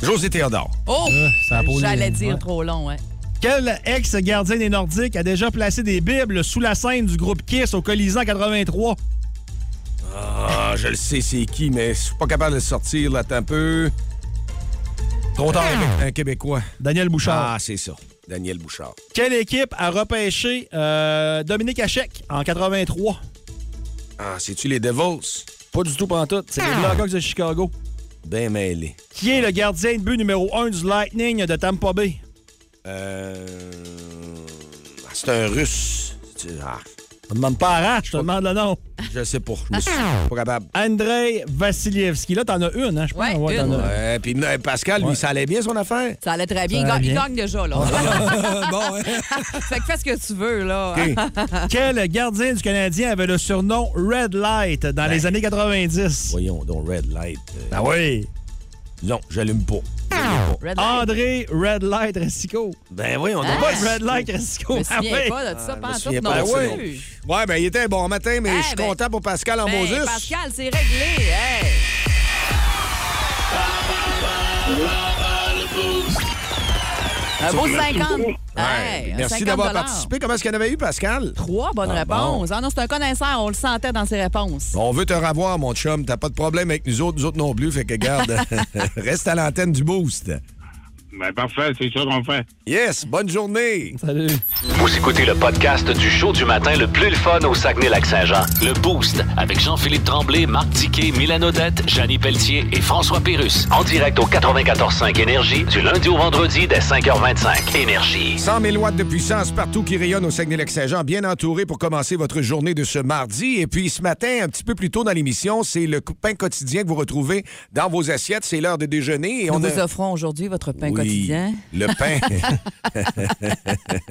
Speaker 3: José Théodore.
Speaker 4: Oh!
Speaker 5: Euh, ça a pas
Speaker 4: J'allais
Speaker 5: l'air.
Speaker 4: dire
Speaker 5: Ouais. Ah,
Speaker 4: trop long, hein.
Speaker 5: Quel ex-gardien des Nordiques a déjà placé des bibles sous la scène du groupe Kiss au Colisée en 83?
Speaker 3: Ah, je le sais, c'est qui, mais je suis pas capable de le sortir. Là, attends un peu. Trop tard. Un Québécois.
Speaker 5: Daniel Ah. Bouchard.
Speaker 3: Ah, c'est ça. Daniel Bouchard.
Speaker 5: Quelle équipe a repêché euh, Dominique Hachek en 83?
Speaker 3: Ah, c'est-tu les Devils?
Speaker 5: Pas du tout pantoute,
Speaker 4: Ah.
Speaker 5: c'est les Blackhawks de Chicago.
Speaker 3: Ben mêlé.
Speaker 5: Qui est le gardien de but numéro 1 du Lightning de Tampa Bay?
Speaker 3: Euh... ah, c'est un russe. C'est- ah,
Speaker 5: Je te demande pas Ara, je te demande le nom.
Speaker 3: Je sais pas. Je me suis
Speaker 5: (laughs)
Speaker 3: pas capable.
Speaker 5: Andrei Vassilievski. Là, t'en as une, hein, je pense.
Speaker 4: Ouais,
Speaker 5: t'en
Speaker 4: une.
Speaker 5: as
Speaker 3: Ouais, puis euh, Pascal, lui, ça allait bien son affaire.
Speaker 4: Ça allait très bien. Il
Speaker 5: Ça allait
Speaker 4: gagne, il
Speaker 5: bien. Ah,
Speaker 4: gagne déjà, là. fait que fais ce que tu veux, là.
Speaker 5: Quel gardien du Canadien avait le surnom Red Light dans
Speaker 4: Ben.
Speaker 5: les années 90?
Speaker 3: (laughs) Voyons donc, Red Light. euh,
Speaker 5: Ah oui!
Speaker 3: Non, j'allume pas.
Speaker 4: Red Light.
Speaker 5: André Red Light Ressico.
Speaker 3: Ben voyons donc.
Speaker 5: Pas Ah, Red Light Ressico.
Speaker 4: Ah, Je me
Speaker 5: Ah
Speaker 4: souviens
Speaker 5: oui.
Speaker 4: pas de ça, pas en tout
Speaker 3: souviens
Speaker 4: non
Speaker 3: pas de ça, non
Speaker 4: plus.
Speaker 3: Ouais, ben il était un bon matin, mais
Speaker 4: Eh,
Speaker 3: je suis
Speaker 4: ben-
Speaker 3: content pour Pascal en
Speaker 4: Ben,
Speaker 3: Moses.
Speaker 4: Pascal, c'est réglé. Hey. Un beau 50.
Speaker 3: Ouais,
Speaker 4: Hey, un
Speaker 3: Merci
Speaker 4: 50
Speaker 3: d'avoir participé. Comment est-ce qu'il y en avait eu, Pascal?
Speaker 4: Trois bonnes
Speaker 3: Ah, bon.
Speaker 4: réponses. Ah non, c'est un connaisseur. On le sentait dans ses réponses.
Speaker 3: On veut te revoir, mon chum. T'as pas de problème avec nous autres, nous autres non plus. Fait que
Speaker 4: (laughs)
Speaker 3: garde, (laughs) reste à l'antenne du Boost.
Speaker 7: Ben, parfait, c'est ça qu'on fait.
Speaker 3: Yes, bonne journée.
Speaker 5: Salut.
Speaker 2: Vous écoutez le podcast du show du matin le plus le fun au Saguenay-Lac-Saint-Jean. Le Boost avec Jean-Philippe Tremblay, Marc Tiquet, Milan Odette, Janine Pelletier et François Pérus. En direct au 94.5 Énergie du lundi au vendredi dès 5h25. Énergie.
Speaker 3: 100 000 watts de puissance partout qui rayonne au Saguenay-Lac-Saint-Jean, bien entouré pour commencer votre journée de ce mardi. Et puis ce matin, un petit peu plus tôt dans l'émission, c'est le coup- pain quotidien que vous retrouvez dans vos assiettes. C'est l'heure de déjeuner et on
Speaker 4: Nous
Speaker 3: a-
Speaker 4: vous offrons aujourd'hui votre pain
Speaker 3: Oui,
Speaker 4: quotidien.
Speaker 3: Le
Speaker 4: (laughs)
Speaker 3: pain.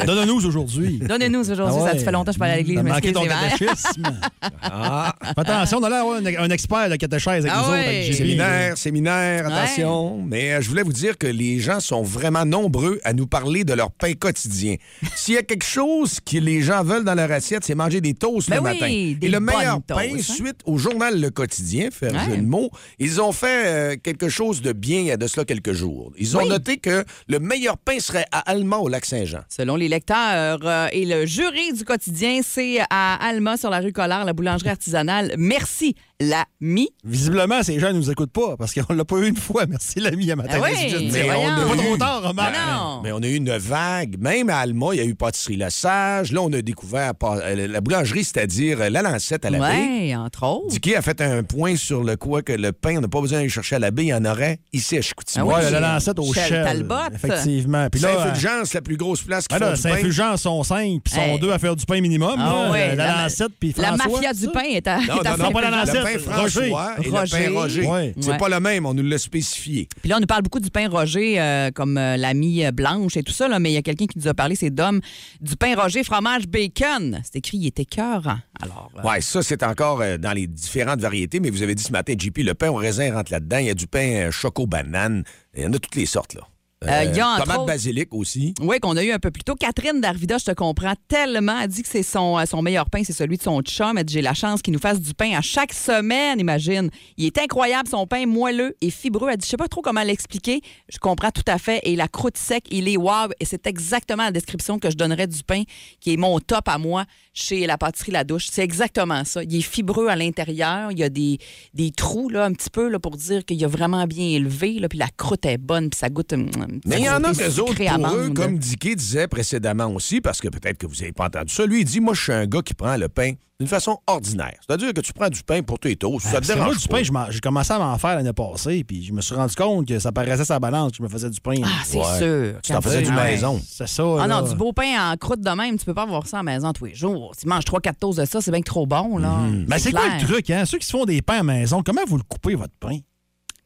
Speaker 5: Donne-nous aujourd'hui.
Speaker 4: Donnez-nous (laughs) aujourd'hui.
Speaker 5: Ah ouais.
Speaker 4: Ça te fait longtemps que je parle à l'église.
Speaker 5: T'as
Speaker 4: mais
Speaker 5: manqué ton
Speaker 4: excusez-moi.
Speaker 5: catéchisme. Fais Attention, on a l'air d'avoir un, un expert de catéchèse avec
Speaker 4: Ah
Speaker 5: nous
Speaker 4: ouais.
Speaker 5: autres. avec JP.
Speaker 3: Séminaire, séminaire, attention. Mais euh, je voulais vous dire que les gens sont vraiment nombreux à nous parler de leur pain quotidien. S'il y a quelque chose que les gens veulent dans leur assiette, c'est manger des toasts
Speaker 4: Ben
Speaker 3: le
Speaker 4: oui,
Speaker 3: matin.
Speaker 4: des
Speaker 3: Et le meilleur
Speaker 4: bonnes
Speaker 3: pain,
Speaker 4: toasts, hein?
Speaker 3: suite au journal Le Quotidien, faire
Speaker 4: Ouais.
Speaker 3: jeu de mots, ils ont fait euh, quelque chose de bien il y a de cela quelques jours. Ils ont
Speaker 4: Oui.
Speaker 3: noté que le meilleur pain serait à Allemand au Lac-Saint-Jean.
Speaker 4: Selon les lecteurs euh, et le jury du quotidien, c'est à Alma, sur la rue Collard, la boulangerie artisanale. Merci, l'ami.
Speaker 5: Visiblement, ces gens ne nous écoutent pas parce qu'on l'a pas eu une fois. Merci, l'ami, à matin.
Speaker 4: Ah ouais.
Speaker 5: C'est juste
Speaker 4: Mais
Speaker 5: dire,
Speaker 4: voyons.
Speaker 5: on est pas trop tard, Romain.
Speaker 4: non.
Speaker 3: Mais on a eu une vague. Même à Alma, il y a eu pâtisserie Le Sage. Là, on a découvert pas- euh, la boulangerie, c'est-à-dire euh, la lancette à la baie.
Speaker 4: Oui, entre autres.
Speaker 3: Dicky a fait un point sur le quoi que le pain, on n'a pas besoin d'aller chercher à la baie, il y en aurait ici à Chicoutimi.
Speaker 4: Ah oui.
Speaker 5: Ouais, le lancette au
Speaker 4: Shell
Speaker 5: Shell.
Speaker 4: Talbot.
Speaker 5: Effectivement. Puis là, euh,
Speaker 3: Saint-Fulgence, la plus grosse place qui
Speaker 5: Ah
Speaker 3: font
Speaker 5: non,
Speaker 3: du pain.
Speaker 5: Saint-Fulgence sont cinq, puis sont
Speaker 4: Hey.
Speaker 5: deux à faire du pain minimum.
Speaker 4: Ah
Speaker 5: là,
Speaker 4: ouais,
Speaker 5: la, la
Speaker 4: la-
Speaker 5: lancette, puis
Speaker 4: La
Speaker 5: François,
Speaker 4: mafia du
Speaker 5: ça.
Speaker 4: pain est à,
Speaker 5: (laughs)
Speaker 3: Non,
Speaker 4: est à
Speaker 3: non, non,
Speaker 5: pas
Speaker 4: Saint-Fulgence.
Speaker 5: la lancette,
Speaker 3: le pain
Speaker 5: Roger.
Speaker 3: François et
Speaker 4: Roger.
Speaker 3: le pain Roger.
Speaker 5: Ouais.
Speaker 3: C'est
Speaker 4: Ouais.
Speaker 3: pas le même, on nous l'a spécifié.
Speaker 4: Puis là, on nous parle beaucoup du pain Roger, euh, comme euh, l'ami euh, Blanche et tout ça, là, mais il y a quelqu'un qui nous a parlé, c'est Dom, du pain Roger, fromage, bacon. C'est écrit, il était cœur. Alors, euh,
Speaker 3: Ouais, ça, c'est encore euh, dans les différentes variétés, mais vous avez dit ce matin, JP, le pain au raisin rentre là-dedans. Il y a du pain euh, choco-banane. Il y en a toutes les sortes, là.
Speaker 4: Euh, il y a entre
Speaker 3: tomate
Speaker 4: autres-
Speaker 3: basilic aussi.
Speaker 4: Oui, qu'on a eu un peu plus tôt. Catherine Darvida, je te comprends tellement, elle dit que c'est son, euh, son meilleur pain, c'est celui de son chum. Elle dit, j'ai la chance qu'il nous fasse du pain à chaque semaine, imagine. Il est incroyable, son pain moelleux et fibreux. Elle dit, je sais pas trop comment l'expliquer, je comprends tout à fait. Et la croûte sec, il est wow. Et c'est exactement la description que je donnerais du pain, qui est mon top à moi chez la pâtisserie La Douche. C'est exactement ça. Il est fibreux à l'intérieur, il y a des, des trous, là, un petit peu, là, pour dire qu'il a vraiment bien élevé, là, puis la croûte est bonne, puis ça goûte... hum, hum,
Speaker 3: Mais
Speaker 4: ça
Speaker 3: il y en a
Speaker 4: goûte
Speaker 3: des autres
Speaker 4: sucré
Speaker 3: pour eux,
Speaker 4: amande.
Speaker 3: comme Dicky disait précédemment aussi, parce que peut-être que vous n'avez pas entendu ça. Lui, il dit Moi, je suis un gars qui prend le pain d'une façon ordinaire. C'est-à-dire que tu prends du pain pour tes toasts. ça te
Speaker 5: Parce que Ben, moi,
Speaker 3: dérange
Speaker 5: du
Speaker 3: pas.
Speaker 5: pain, je m'en- j'ai commencé à m'en faire l'année passée, puis je me suis rendu compte que ça paraissait sa balance, que je me faisais du pain.
Speaker 4: Ah, c'est
Speaker 3: Ouais.
Speaker 4: sûr.
Speaker 3: Tu t'en faisais du
Speaker 5: Ah ouais.
Speaker 3: maison.
Speaker 5: C'est ça.
Speaker 4: Ah
Speaker 5: là.
Speaker 4: non, du beau pain en croûte de même, tu peux pas avoir ça à la maison tous les jours. Tu manges 3-4 toasts de ça, c'est bien que trop bon, là.
Speaker 5: Mais c'est quoi
Speaker 4: clair.
Speaker 5: le truc, hein? Ceux qui se font des pains à maison, comment vous le coupez, votre pain?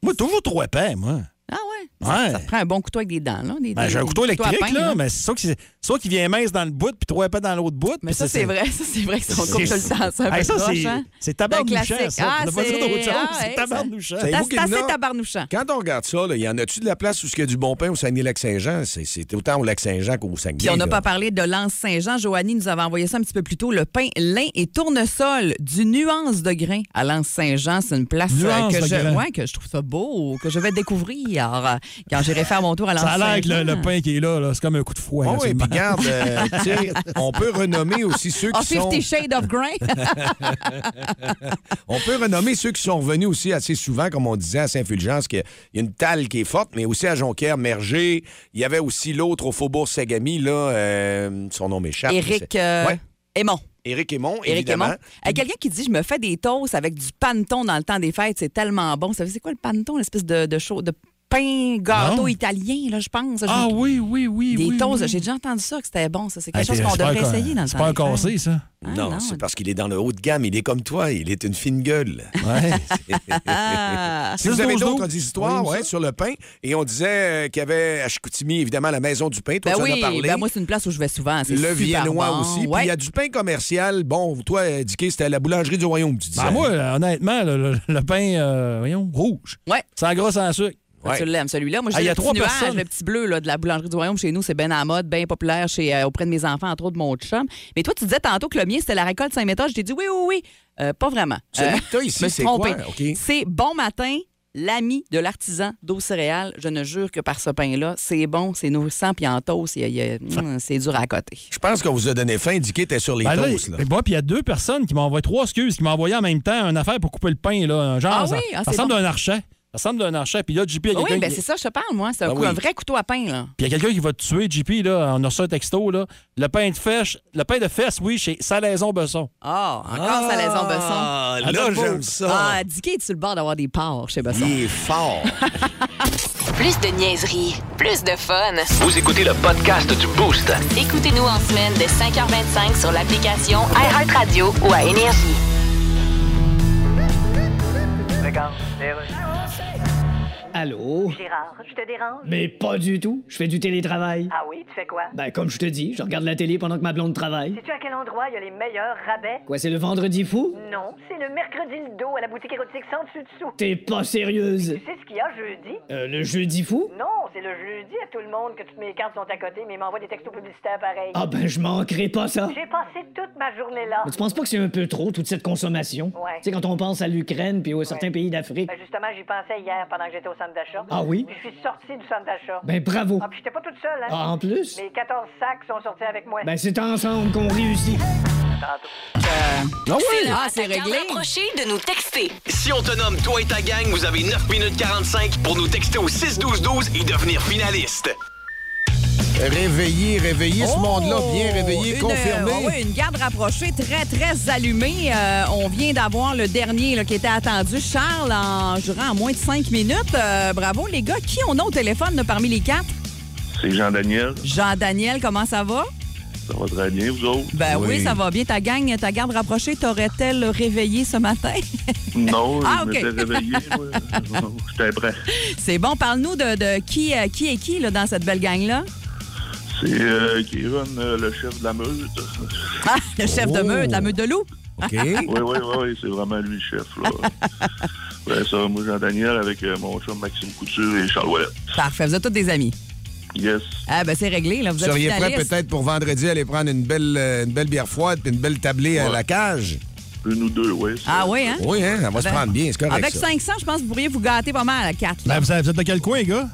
Speaker 5: Moi, toujours trois pains, moi.
Speaker 4: Ah ouais?
Speaker 5: Ouais.
Speaker 4: Prends un bon couteau avec des dents, là. des-
Speaker 5: Ben,
Speaker 4: des-
Speaker 5: j'ai un
Speaker 4: des
Speaker 5: couteau
Speaker 4: à
Speaker 5: électrique,
Speaker 4: pain,
Speaker 5: là, mais c'est ça qui, ça qui vient mince dans le bout, puis trois pains dans l'autre bout.
Speaker 4: Mais
Speaker 5: puis
Speaker 4: ça, c'est vrai. Ça, c'est
Speaker 5: (laughs)
Speaker 4: vrai que si on
Speaker 5: c'est-
Speaker 4: coupe tout le temps, ça, un
Speaker 5: Hey,
Speaker 4: peu
Speaker 5: ça,
Speaker 4: proche,
Speaker 5: c'est
Speaker 4: hein?
Speaker 5: c'est
Speaker 4: C'est un
Speaker 5: tabarnouchant,
Speaker 4: classique.
Speaker 5: ça.
Speaker 4: Ah,
Speaker 5: On peut pas dire
Speaker 4: c'est-
Speaker 5: d'autre chose,
Speaker 4: ah,
Speaker 5: c'est
Speaker 4: ouais,
Speaker 5: tabarnouchant.
Speaker 3: ça-
Speaker 4: T'as-
Speaker 3: vous qui
Speaker 4: C'est assez
Speaker 3: non.
Speaker 4: tabarnouchant.
Speaker 3: Quand on regarde ça, là, il y en a-tu de la place où il y a du bon pain au Saguenay-Lac-Saint-Jean? C'est- C'est autant au Lac-Saint-Jean qu'au Saguenay.
Speaker 4: Puis on n'a
Speaker 3: là.
Speaker 4: pas parlé de l'anse Saint-Jean. Joanie nous avait envoyé ça un petit peu plus tôt. Le pain lin et tournesol du nuance de grain à l'anse Saint-Jean. C'est une place euh,
Speaker 5: Nuance
Speaker 4: que
Speaker 5: de
Speaker 4: je,
Speaker 5: grain.
Speaker 4: ouais, que je trouve ça beau, que je vais découvrir euh, quand j'irai faire mon tour à l'anse
Speaker 5: Ça a
Speaker 4: Saint-Jean.
Speaker 5: l'air que le, le pain qui est là, là, c'est comme un coup de fouet.
Speaker 4: Ah
Speaker 3: Oh,
Speaker 5: là,
Speaker 3: oui,
Speaker 4: (laughs)
Speaker 5: sur le
Speaker 3: puis
Speaker 5: banc.
Speaker 3: garde, euh, tu sais, on peut renommer aussi
Speaker 5: (laughs)
Speaker 3: ceux
Speaker 4: Oh,
Speaker 3: qui sont.
Speaker 4: 50 Shades of Grey.
Speaker 3: On peut renommer ceux qui sont revenus aussi assez souvent, comme on disait à Saint-Fulgence, qu'il y a une talle qui est forte, mais aussi à Jonquière, Mergé. Il y avait aussi l'autre au Faubourg Sagami, là, euh, son nom m'échappe.
Speaker 4: Éric
Speaker 3: C'est-
Speaker 4: euh,
Speaker 3: Ouais.
Speaker 4: Aymon.
Speaker 3: Éric Aymon,
Speaker 4: Éric
Speaker 3: évidemment.
Speaker 4: Aymon. Euh, Quelqu'un qui dit Je me fais des toasts avec du paneton dans le temps des fêtes, c'est tellement bon. Ça fait- C'est quoi le paneton, l'espèce de, de, chaud- de pain gâteau
Speaker 5: Non.
Speaker 4: italien, là, je pense.
Speaker 5: Ah
Speaker 4: Je-
Speaker 5: oui, oui, oui.
Speaker 4: Des
Speaker 5: oui,
Speaker 4: toasts,
Speaker 5: oui.
Speaker 4: j'ai déjà entendu ça, que c'était bon, ça. C'est
Speaker 5: Ah,
Speaker 4: quelque chose
Speaker 5: c'est-
Speaker 4: qu'on
Speaker 5: c'est pas
Speaker 4: devrait
Speaker 5: un-
Speaker 4: essayer dans le
Speaker 5: C'est
Speaker 4: temps
Speaker 5: pas un
Speaker 4: des fêtes.
Speaker 5: cassé, ça.
Speaker 4: Ah,
Speaker 3: non, c'est parce qu'il est dans le haut de gamme. Il est comme toi. Il est une fine
Speaker 4: (laughs)
Speaker 3: gueule.
Speaker 5: (laughs) Ouais.
Speaker 4: Ah.
Speaker 3: Si vous avez
Speaker 5: 12-12.
Speaker 3: d'autres histoires ouais, sur le pain, et on disait euh, qu'il y avait à Chicoutimi, évidemment, la maison du pain, toi,
Speaker 4: Ben
Speaker 3: tu en
Speaker 4: oui,
Speaker 3: as parlé.
Speaker 4: ben moi, c'est une place où je vais souvent. c'est
Speaker 3: le
Speaker 4: super
Speaker 3: viennois
Speaker 4: bon.
Speaker 3: aussi. Puis
Speaker 4: Ouais.
Speaker 3: il y a du pain commercial. Bon, toi, euh, Dicky, c'était à la boulangerie du Royaume, tu disais.
Speaker 5: Ben, moi, là, honnêtement, le, le- le pain, euh, voyons, rouge.
Speaker 4: Ouais.
Speaker 5: Sans gras, sans sucre.
Speaker 3: Ouais.
Speaker 4: Tu l'aimes, celui-là. Moi,
Speaker 5: Ah,
Speaker 4: j'ai
Speaker 5: il y a
Speaker 4: le petit
Speaker 5: trois
Speaker 4: nuage,
Speaker 5: personnes.
Speaker 4: le petit bleu là, de la boulangerie du Royaume chez nous. C'est bien en mode, bien populaire chez, euh, auprès de mes enfants, entre autres, mon chum. Mais toi, tu disais tantôt que le mien, c'était la récolte Saint-Méthode. Je t'ai dit oui, oui, oui. Euh, pas vraiment. Euh,
Speaker 3: Celui
Speaker 5: (laughs)
Speaker 3: que t'as
Speaker 4: je me
Speaker 3: ici,
Speaker 4: suis
Speaker 3: c'est quoi?
Speaker 4: trompée.
Speaker 3: OK.
Speaker 4: C'est bon matin. L'ami de l'artisan d'eau céréales, je ne jure que par ce pain-là, c'est bon, c'est nourrissant, puis en toast, il y a- il y a- hum, c'est dur à côté.
Speaker 3: Je pense qu'on vous a donné faim. Dicky était sur les
Speaker 5: Ben là,
Speaker 3: toasts. Là.
Speaker 5: ben, moi, puis il y a deux personnes qui m'ont envoyé, trois excuses, qui m'ont envoyé en même temps une affaire pour couper le pain, là. un Genre,
Speaker 4: Ah
Speaker 5: ça,
Speaker 4: oui? Ah,
Speaker 5: ça
Speaker 4: c'est
Speaker 5: ressemble
Speaker 4: bon.
Speaker 5: à un archet. Ça ressemble à un archet. Puis là, JP, il y a
Speaker 4: Oui,
Speaker 5: quelqu'un
Speaker 4: ben
Speaker 5: qui-
Speaker 4: c'est ça, je te parle, moi. C'est un,
Speaker 3: Ah
Speaker 4: coup-
Speaker 3: oui.
Speaker 4: un vrai couteau à pain, là.
Speaker 5: Puis il y a quelqu'un qui va te tuer, JP, là. On a reçu un texto, là. Le pain de fesse, le pain de fesse, oui, chez Salaison Besson.
Speaker 4: Ah, encore sa laison Besson.
Speaker 3: Ah, là,
Speaker 5: Attends,
Speaker 3: j'aime
Speaker 5: beau.
Speaker 3: ça.
Speaker 4: Ah, Dicky, est-tu le bord d'avoir des porcs chez Besson?
Speaker 3: il est fort.
Speaker 1: Plus de niaiserie, plus de fun.
Speaker 2: Vous écoutez le podcast du Boost.
Speaker 1: Écoutez-nous en semaine de 5h25 sur l'application iHeartRadio ou à Énergie.
Speaker 8: Allô?
Speaker 9: Gérard, je te dérange?
Speaker 8: Mais pas du tout. Je fais du télétravail.
Speaker 9: Ah oui, tu fais quoi?
Speaker 8: Ben, comme je te dis, je regarde la télé pendant que ma blonde travaille.
Speaker 9: Sais-tu à quel endroit il y a les meilleurs rabais?
Speaker 8: Quoi, c'est le vendredi fou?
Speaker 9: Non, c'est le mercredi le dos à la boutique érotique sans dessus-dessous.
Speaker 8: T'es pas sérieuse.
Speaker 9: Tu sais ce qu'il y a jeudi?
Speaker 8: Euh, le jeudi fou?
Speaker 9: Non, c'est le jeudi à tout le monde que toutes mes cartes sont à côté, mais ils m'envoient des textos publicitaires pareils.
Speaker 8: Ah ben, je manquerai pas ça.
Speaker 9: J'ai passé toute ma journée là.
Speaker 8: Mais tu penses pas que c'est un peu trop, toute cette consommation?
Speaker 9: Ouais.
Speaker 8: Tu sais, quand on pense à l'Ukraine puis aux certains pays d'Afrique.
Speaker 9: Ben justement, j'y pensais hier pendant que j'étais au centre d'achat.
Speaker 8: Ah oui?
Speaker 9: Puis je suis sortie du centre d'achat.
Speaker 8: Ben, bravo.
Speaker 9: Ah, puis j'étais pas toute seule, hein?
Speaker 8: Ah, en plus?
Speaker 9: Mes 14 sacs sont sortis avec moi.
Speaker 8: Ben, c'est ensemble qu'on réussit.
Speaker 3: Ah
Speaker 4: C'est
Speaker 3: oui!
Speaker 4: là, c'est réglé.
Speaker 1: Approchez de nous texter.
Speaker 10: Si on te nomme toi et ta gang, vous avez 9 minutes 45 pour nous texter au 6-12-12 et devenir finaliste.
Speaker 3: Réveillé, réveillé, ce monde-là, bien réveillé,
Speaker 4: Oh! Une,
Speaker 3: confirmé.
Speaker 4: euh, oui, une garde rapprochée très, très allumée. Euh, on vient d'avoir le dernier là, qui était attendu, Charles, en durant en moins de cinq minutes. Euh, bravo, les gars. Qui on a au téléphone là, parmi les quatre?
Speaker 11: C'est Jean-Daniel.
Speaker 4: Jean-Daniel, comment ça va?
Speaker 11: Ça va très bien, vous autres?
Speaker 4: Ben oui,
Speaker 3: Oui.
Speaker 4: ça va bien. Ta gang, ta garde rapprochée, t'aurait-elle réveillé ce matin?
Speaker 11: Non,
Speaker 4: Ah,
Speaker 11: je
Speaker 4: ok.
Speaker 11: m'étais réveillé. moi.
Speaker 4: (laughs)
Speaker 11: J'étais prêt.
Speaker 4: C'est bon. Parle-nous de, de qui, euh, qui est qui là, dans cette belle gang-là?
Speaker 11: C'est euh, Kevin, euh, le chef de la meute.
Speaker 4: Ah, le chef de
Speaker 3: Oh.
Speaker 4: meute, la meute de loup. (laughs)
Speaker 3: OK.
Speaker 11: Oui, oui, oui, oui, c'est vraiment lui le chef. Là. ben, ça, moi, Jean-Daniel, avec euh, mon chum Maxime Couture et Charles Ouellet.
Speaker 4: Parfait, vous êtes tous des amis.
Speaker 11: Yes.
Speaker 4: Ah, ben c'est réglé, là. Vous
Speaker 3: Vous
Speaker 4: êtes
Speaker 3: seriez prêt
Speaker 4: finalistes.
Speaker 3: peut-être pour vendredi aller prendre une belle, euh, une belle bière froide puis une belle tablée à
Speaker 11: Ouais.
Speaker 3: la cage?
Speaker 11: Une ou deux, oui. c'est-
Speaker 4: Ah oui, hein?
Speaker 3: Oui, hein? On va se
Speaker 4: Ben,
Speaker 3: prendre bien, c'est correct.
Speaker 4: Avec
Speaker 3: ça.
Speaker 4: 500, je pense que vous pourriez vous gâter pas mal à 4.
Speaker 5: Ben, vous, vous êtes de quel coin, les gars?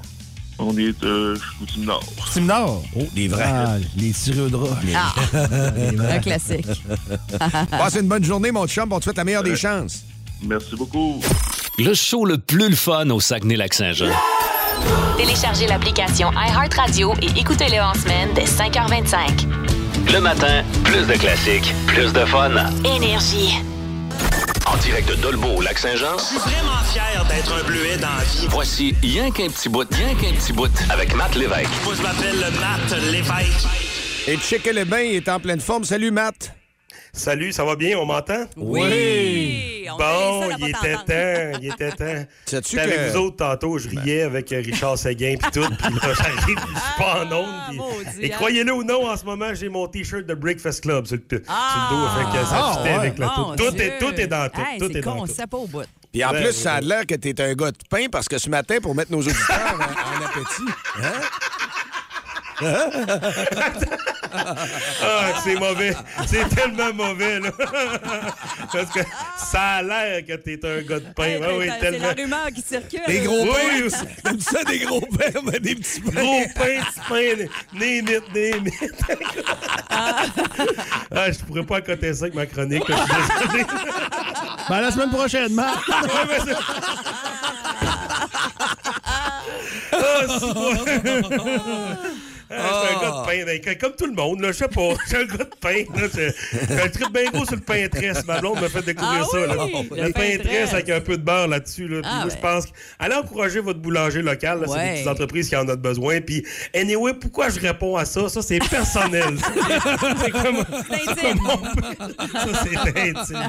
Speaker 11: On est euh, Chicoutimi Nord.
Speaker 5: Team Nord.
Speaker 3: Oh, des vrais.
Speaker 5: Ah, les tireux de rats.
Speaker 4: Ah, un
Speaker 3: (laughs)
Speaker 4: classique. Ah.
Speaker 3: Passez une bonne journée, mon chum. On te souhaite la meilleure des chances.
Speaker 11: Merci beaucoup.
Speaker 2: Le show le plus le fun au Saguenay-Lac-Saint-Jean.
Speaker 1: Téléchargez l'application iHeartRadio et écoutez-le en semaine dès 5h25.
Speaker 2: Le matin, plus de classiques, plus de fun.
Speaker 1: Énergie.
Speaker 2: En direct de Dolbeau au Lac-Saint-Jean,
Speaker 10: Je suis vraiment fier d'être un bleuet dans la vie.
Speaker 2: voici Y'en qu'un petit bout, Y'en qu'un petit bout avec Matt Lévesque.
Speaker 10: Moi, je m'appelle Matt Lévesque.
Speaker 3: Et checker le bain, il est en pleine forme. Salut, Matt.
Speaker 11: Salut, ça va bien? On m'entend?
Speaker 4: Oui! On
Speaker 11: Bon,
Speaker 4: est
Speaker 11: il
Speaker 4: les seuls à pas
Speaker 11: était
Speaker 4: t'entendre.
Speaker 11: temps, il était temps.
Speaker 3: (laughs) Sais-tu
Speaker 11: J'étais
Speaker 3: que- Ben.
Speaker 11: avec vous autres tantôt, je riais avec euh, Richard Seguin puis tout, puis là, j'arrive, je suis pas en onde.
Speaker 4: Ah,
Speaker 11: puis-
Speaker 4: maudit,
Speaker 11: Et
Speaker 4: hein.
Speaker 11: croyez-le ou non, en ce moment, j'ai mon T-shirt de Breakfast Club sur le, sur le
Speaker 4: Ah!
Speaker 11: dos, fait que ça
Speaker 3: Ah,
Speaker 11: fitait
Speaker 3: ouais.
Speaker 11: avec la
Speaker 4: Mon
Speaker 11: tout. Tout
Speaker 4: Dieu.
Speaker 11: est, tout est dans tout,
Speaker 4: Hey,
Speaker 11: tout
Speaker 4: c'est
Speaker 11: est
Speaker 4: con,
Speaker 11: dans
Speaker 4: on
Speaker 11: tout.
Speaker 4: sait pas au bout.
Speaker 3: Puis en
Speaker 11: Ben,
Speaker 3: plus,
Speaker 11: oui.
Speaker 3: ça a l'air que t'es un gars de pain parce que ce matin, pour mettre nos auditeurs en, en appétit. Hein?
Speaker 11: Ah, c'est mauvais, c'est tellement mauvais, là. Parce que ça a l'air que t'es un gars de pain.
Speaker 4: Hey,
Speaker 11: Ouais, oui,
Speaker 4: c'est
Speaker 11: tellement.
Speaker 4: la rumeur qui circule.
Speaker 3: Des gros
Speaker 11: Oui,
Speaker 3: pains. (laughs)
Speaker 11: oui.
Speaker 3: T'aimes ça, des gros pains, mais des petits pains.
Speaker 11: Gros pain, petit pain, name it, name it. ah, je pourrais pas accoter ça avec ma chronique. là, je suis désolé.
Speaker 5: Ben, la semaine prochaine, Matt. (laughs)
Speaker 11: Ouais, mais c'est- Ah, c'est pas-
Speaker 5: Ah, C'est un gars de pain. Ben, que- comme tout le monde, là, je sais pas. J'ai un gars de pain. là, J'ai j'ai un trip bien gros sur le peintresse. Ma blonde m'a fait découvrir
Speaker 4: Ah
Speaker 5: ça. là.
Speaker 4: oui,
Speaker 5: Le,
Speaker 4: le
Speaker 5: peintresse
Speaker 4: peintresse.
Speaker 5: avec un peu de beurre là-dessus. Là. (laughs) Puis
Speaker 4: Ah
Speaker 5: moi,
Speaker 4: ouais.
Speaker 5: je pense que- allez encourager votre boulanger local. là. C'est
Speaker 4: Ouais.
Speaker 5: des petites entreprises qui en ont besoin. Puis, anyway, pourquoi je réponds à ça? Ça, c'est
Speaker 4: (laughs)
Speaker 5: personnel. c'est comme. c'est comme mon- Ça, c'est
Speaker 8: (laughs)
Speaker 5: intime.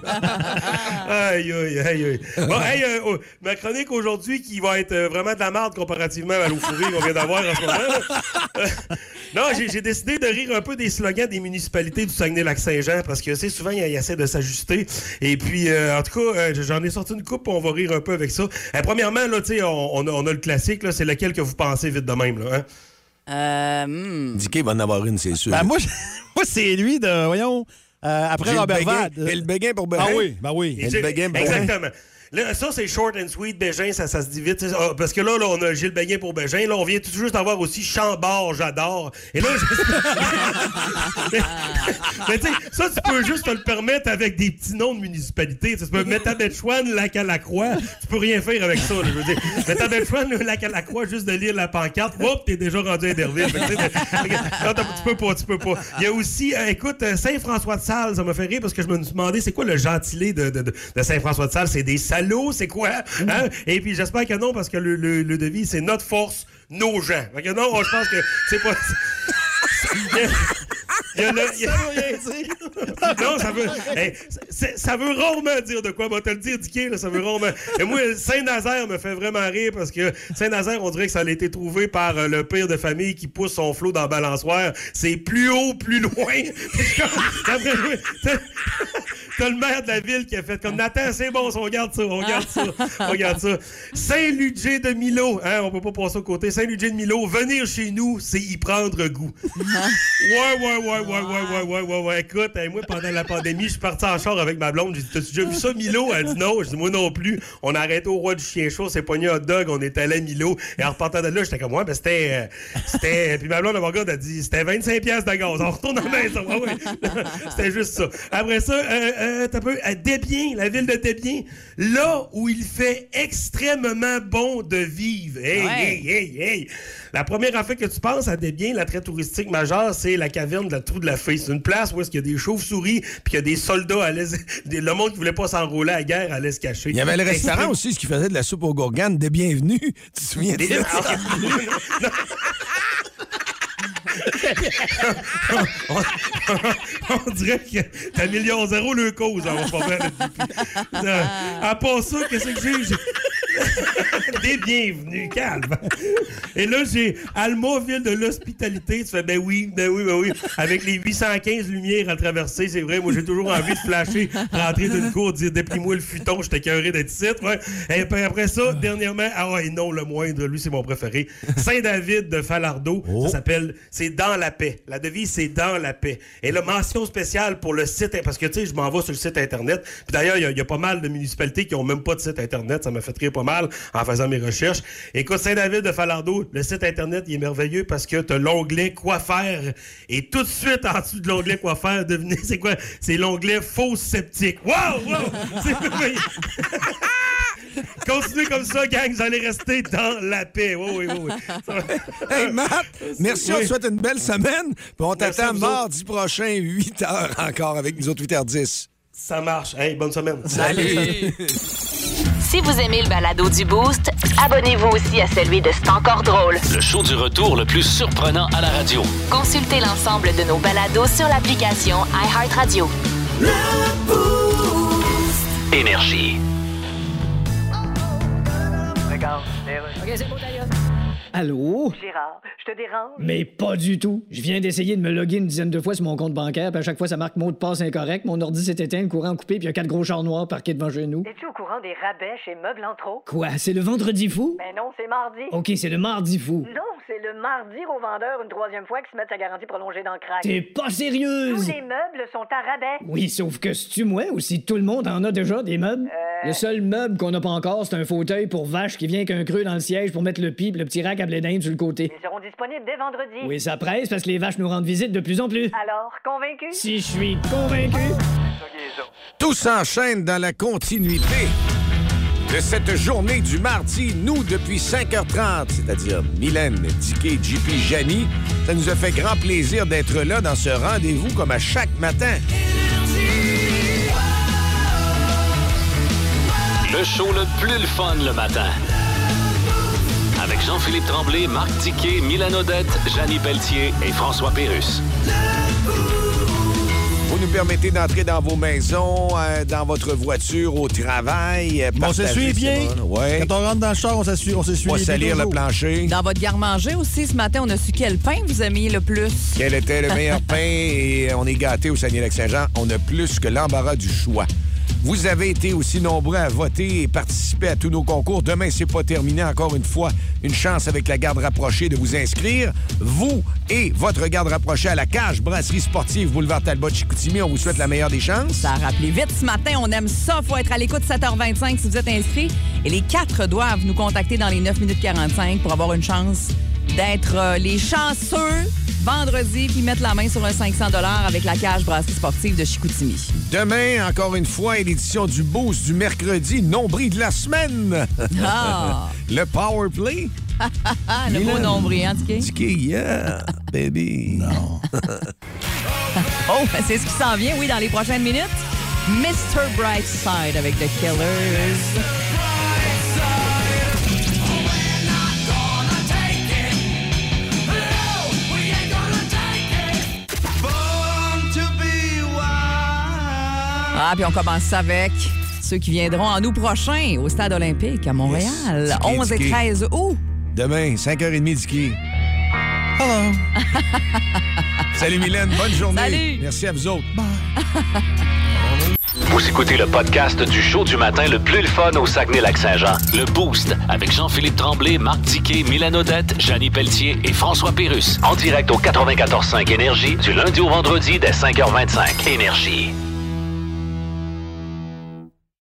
Speaker 5: Aïe, aïe, aïe, aïe. Bon, hey, euh, oh, ma chronique aujourd'hui qui va être euh, vraiment de la merde comparativement à l'eau fourrée qu'on vient d'avoir en ce moment. là. Euh, non, j'ai j'ai décidé de rire un peu des slogans des municipalités du Saguenay-Lac-Saint-Jean parce que, c'est souvent, ils ils essaient de s'ajuster. Et puis, euh, en tout cas, euh, j'en ai sorti une coupe, on va rire un peu avec ça. Euh, premièrement, là, tu sais, on, on a, on a le classique, là, c'est lequel que vous pensez vite de même, là, hein?
Speaker 12: Euh,
Speaker 4: hmm,
Speaker 3: Dicky Mmh. va en avoir une, c'est sûr.
Speaker 13: Ben, moi, je- (laughs) moi, c'est lui de, voyons, euh, après
Speaker 3: Gilles
Speaker 13: Robert
Speaker 3: Béguin.
Speaker 13: Vade.
Speaker 3: Et le béguin pour Béguin.
Speaker 13: Ah oui, ben oui.
Speaker 5: Et tu- Exactement. Là, ça, c'est short and sweet, Bégin, ça, ça se dit vite. tu sais. Ah, parce que là, là, on a Gilles Béguin pour Bégin. Là, on vient tout juste d'avoir aussi Chambord, j'adore. Et là, je- mais, mais tu sais, ça, tu peux juste te le permettre avec des petits noms de municipalités. Tu sais, tu peux Métabetchouane, Lac-à-la-Croix. Tu peux rien faire avec ça, là, je veux dire. Métabetchouane, Lac-à-la-Croix, juste de lire la pancarte, hop, t'es déjà rendu à Derville. Fait que, tu sais, fait que, non, t'as- tu peux pas, tu peux pas. Il y a aussi, euh, écoute, euh, Saint-François de Sales, ça m'a fait rire parce que je me demandais c'est quoi le gentilé de, de- de- de Saint-François de Sales? C'est des salauds, c'est quoi? Hein? Et puis j'espère que non, parce que le, le- le devis, c'est notre force, nos gens. Fait que non, je pense que c'est pas. Il y a- il y a le- il y a- non, ça veut, hey, c'est- ça veut rarement dire de quoi. On va te le dire, Dicky, là, ça veut rarement. Et moi, Saint-Nazaire me fait vraiment rire parce que Saint-Nazaire, on dirait que ça a été trouvé par euh, le pire de famille qui pousse son flot dans la balançoire. C'est plus haut, plus loin. Après, oui, t'as- T'as le maire de la ville qui a fait comme Nathan, c'est bon, on garde ça, on garde ça, on garde ça. Saint-Luger de Milo, hein, on peut pas passer au côté. Saint-Luger de Milo, venir chez nous, c'est y prendre goût. Ouais, ouais, ouais, ouais, ouais, ouais, ouais, ouais, ouais. Écoute, hey, moi, pendant la pandémie, je suis parti en char avec ma blonde. J'ai dit, t'as-tu déjà vu ça, Milo? Elle dit non. Je dis, moi non plus. On a arrêté au roi du chien chaud, c'est pogné hot dog, on est allé à Milo. Et en repartant de là, j'étais comme, ouais, ben c'était. euh, c'était. (laughs) Puis ma blonde, elle me regarde, elle dit, c'était 25$ piastres de gaz. On retourne à la maison. Ouais, ouais. (laughs) c'était juste ça. Après ça, euh, euh, t'as peu, à Desbiens, la ville de Desbiens, là où il fait extrêmement bon de vivre. Hey,
Speaker 4: Ouais.
Speaker 5: hey, hey, hey! La première affaire que tu penses à des biens, l'attrait touristique majeur, c'est la caverne de la Trou de la Fée. C'est une place où est-ce qu'il y a des chauves-souris, puis il y a des soldats à l'aise. Le monde qui voulait pas s'enrôler à la guerre allait se cacher.
Speaker 3: Il y avait le restaurant aussi, ce qui faisait de la soupe aux gourganes des bienvenus. Tu te souviens de
Speaker 5: Des-
Speaker 3: ça?
Speaker 5: on, on dirait que t'as million zéro le cause en ce moment. Euh, à part ça, qu'est-ce que j'ai? j'ai- Des bienvenus, calme. Et là, j'ai Alma, ville de l'hospitalité. Tu fais, ben oui, ben oui, ben oui. Avec les 815 lumières à traverser, c'est vrai, moi, j'ai toujours envie de flasher, rentrer d'une cour, dire, déplie-moi le futon, j'étais curé d'être ici. Ouais. Et puis après ça, dernièrement, ah ouais, non, le moindre, lui, c'est mon préféré. Saint-David de Falardeau, ça s'appelle C'est dans la paix. La devise, c'est dans la paix. Et là, mention spéciale pour le site, parce que tu sais, je m'en vais sur le site Internet. Puis d'ailleurs, il y a- il y, a pas mal de municipalités qui ont même pas de site Internet. Ça m'a fait rire pas mal en faisant mes recherches. Écoute, Saint-David de Falardeau, le site Internet, il est merveilleux parce que tu as l'onglet Quoi faire. Et tout de suite, en dessous de l'onglet Quoi faire, devinez, c'est quoi? C'est l'onglet Faux sceptique. Wow! Wow! C'est (laughs) merveilleux!
Speaker 3: (laughs)
Speaker 5: Continuez comme ça, gang, vous allez rester dans la paix. Oui, oui, oui. oui.
Speaker 3: Hey, Matt, merci, on te
Speaker 5: Oui.
Speaker 3: souhaite une belle semaine. Puis on
Speaker 5: Merci à
Speaker 3: t'attend
Speaker 5: vous
Speaker 3: mardi prochain, 8 h encore avec nous autres 8h10.
Speaker 5: Ça marche. Hey, bonne semaine.
Speaker 3: Salut.
Speaker 1: Si vous aimez le balado du Boost, abonnez-vous aussi à celui de C'est encore drôle.
Speaker 2: Le show du retour le plus surprenant à la radio.
Speaker 1: Consultez l'ensemble de nos balados sur l'application iHeartRadio.
Speaker 2: Énergie.
Speaker 8: Allô?
Speaker 9: Gérard, je te dérange?
Speaker 8: Mais pas du tout. Je viens d'essayer de me loguer une dizaine de fois sur mon compte bancaire, puis à chaque fois, ça marque mot de passe incorrect. Mon ordi s'est éteint, le courant coupé, puis il y a quatre gros chars noirs parqués devant chez nous.
Speaker 9: Es-tu au courant des rabais chez Meubles en trop?
Speaker 8: Quoi? C'est le vendredi fou?
Speaker 9: Ben non, c'est mardi.
Speaker 8: OK, c'est le mardi fou.
Speaker 9: Non, c'est le mardi au vendeur une troisième fois qui se met sa garantie prolongée dans le crack.
Speaker 8: T'es pas sérieuse?
Speaker 9: Tous les meubles sont à rabais.
Speaker 8: Oui, sauf que si tu moi ou si tout le monde en a déjà des meubles.
Speaker 9: Euh.
Speaker 8: Le seul meuble qu'on n'a pas encore, c'est un fauteuil pour vache qui vient qu'un creux dans le siège pour mettre le pied pis le petit rack à blé d'Inde sur le côté.
Speaker 9: Ils seront disponibles dès vendredi.
Speaker 8: Oui, ça presse parce que les vaches nous rendent visite de plus en plus.
Speaker 9: Alors, convaincu?
Speaker 8: Si je suis convaincu.
Speaker 3: Tout s'enchaîne dans la continuité. de cette journée du mardi, nous, depuis 5h30, c'est-à-dire Mylène, Dicky, JP, Janie, ça nous a fait grand plaisir d'être là dans ce rendez-vous comme à chaque matin.
Speaker 2: Le show le plus le fun le matin. Avec Jean-Philippe Tremblay, Marc Tiquet, Milan Odette, Janine Pelletier et François Pérus.
Speaker 3: Vous nous permettez d'entrer dans vos maisons, euh, dans votre voiture, au travail. euh,
Speaker 5: On
Speaker 3: partager
Speaker 5: s'essuie
Speaker 3: ce
Speaker 5: bien.
Speaker 3: moment-là. Ouais.
Speaker 5: Quand on rentre dans le char, on s'essuie on s'essuie
Speaker 3: On va
Speaker 5: bien
Speaker 3: salir le
Speaker 5: toujours.
Speaker 3: plancher.
Speaker 4: Dans votre garde-manger aussi, ce matin, on a su quel pain vous aimiez le plus.
Speaker 3: Quel était le meilleur pain? Et on est gâté au Saguenay-Lac-Saint-Jean. On a plus que l'embarras du choix. Vous avez été aussi nombreux à voter et participer à tous nos concours. Demain, c'est pas terminé. Encore une fois, une chance avec la garde rapprochée de vous inscrire. Vous et votre garde rapprochée à la cage Brasserie sportive Boulevard Talbot de Chicoutimi. On vous souhaite la meilleure des chances.
Speaker 4: Ça a rappelé vite ce matin. On aime ça. faut être à l'écoute 7h25 si vous êtes inscrit. Et les quatre doivent nous contacter dans les 9 minutes 45 pour avoir une chance d'être euh, les chanceux vendredi puis mettre la main sur un 500 avec la cage brasserie sportive de Chicoutimi.
Speaker 3: Demain, encore une fois, l'édition du Boost du mercredi, nombril de la semaine. (laughs)
Speaker 4: Ah.
Speaker 3: le Power Play.
Speaker 4: le beau
Speaker 3: Mylène.
Speaker 4: nombril, hein,
Speaker 3: Dicky, yeah, baby. Non.
Speaker 4: Oh, ben, c'est ce qui s'en vient, oui, dans les prochaines minutes. Mr. Brightside avec The Killers. Ah, puis on commence avec ceux qui viendront en août prochain au Stade olympique à Montréal,
Speaker 3: Yes.
Speaker 4: 11 et
Speaker 3: Indiqué.
Speaker 4: 13 août.
Speaker 3: Demain, 5h30, Dicky. Hello. Salut, Mylène. Bonne journée.
Speaker 2: Salut.
Speaker 3: Merci à vous autres.
Speaker 2: Vous écoutez le podcast du show du matin le plus le fun au Saguenay-Lac-Saint-Jean. Le Boost avec Jean-Philippe Tremblay, Marc Tiquet, Milan Odette, Janine Pelletier et François Pérus. En direct au 94.5 Énergie du lundi au vendredi dès 5h25. Énergie.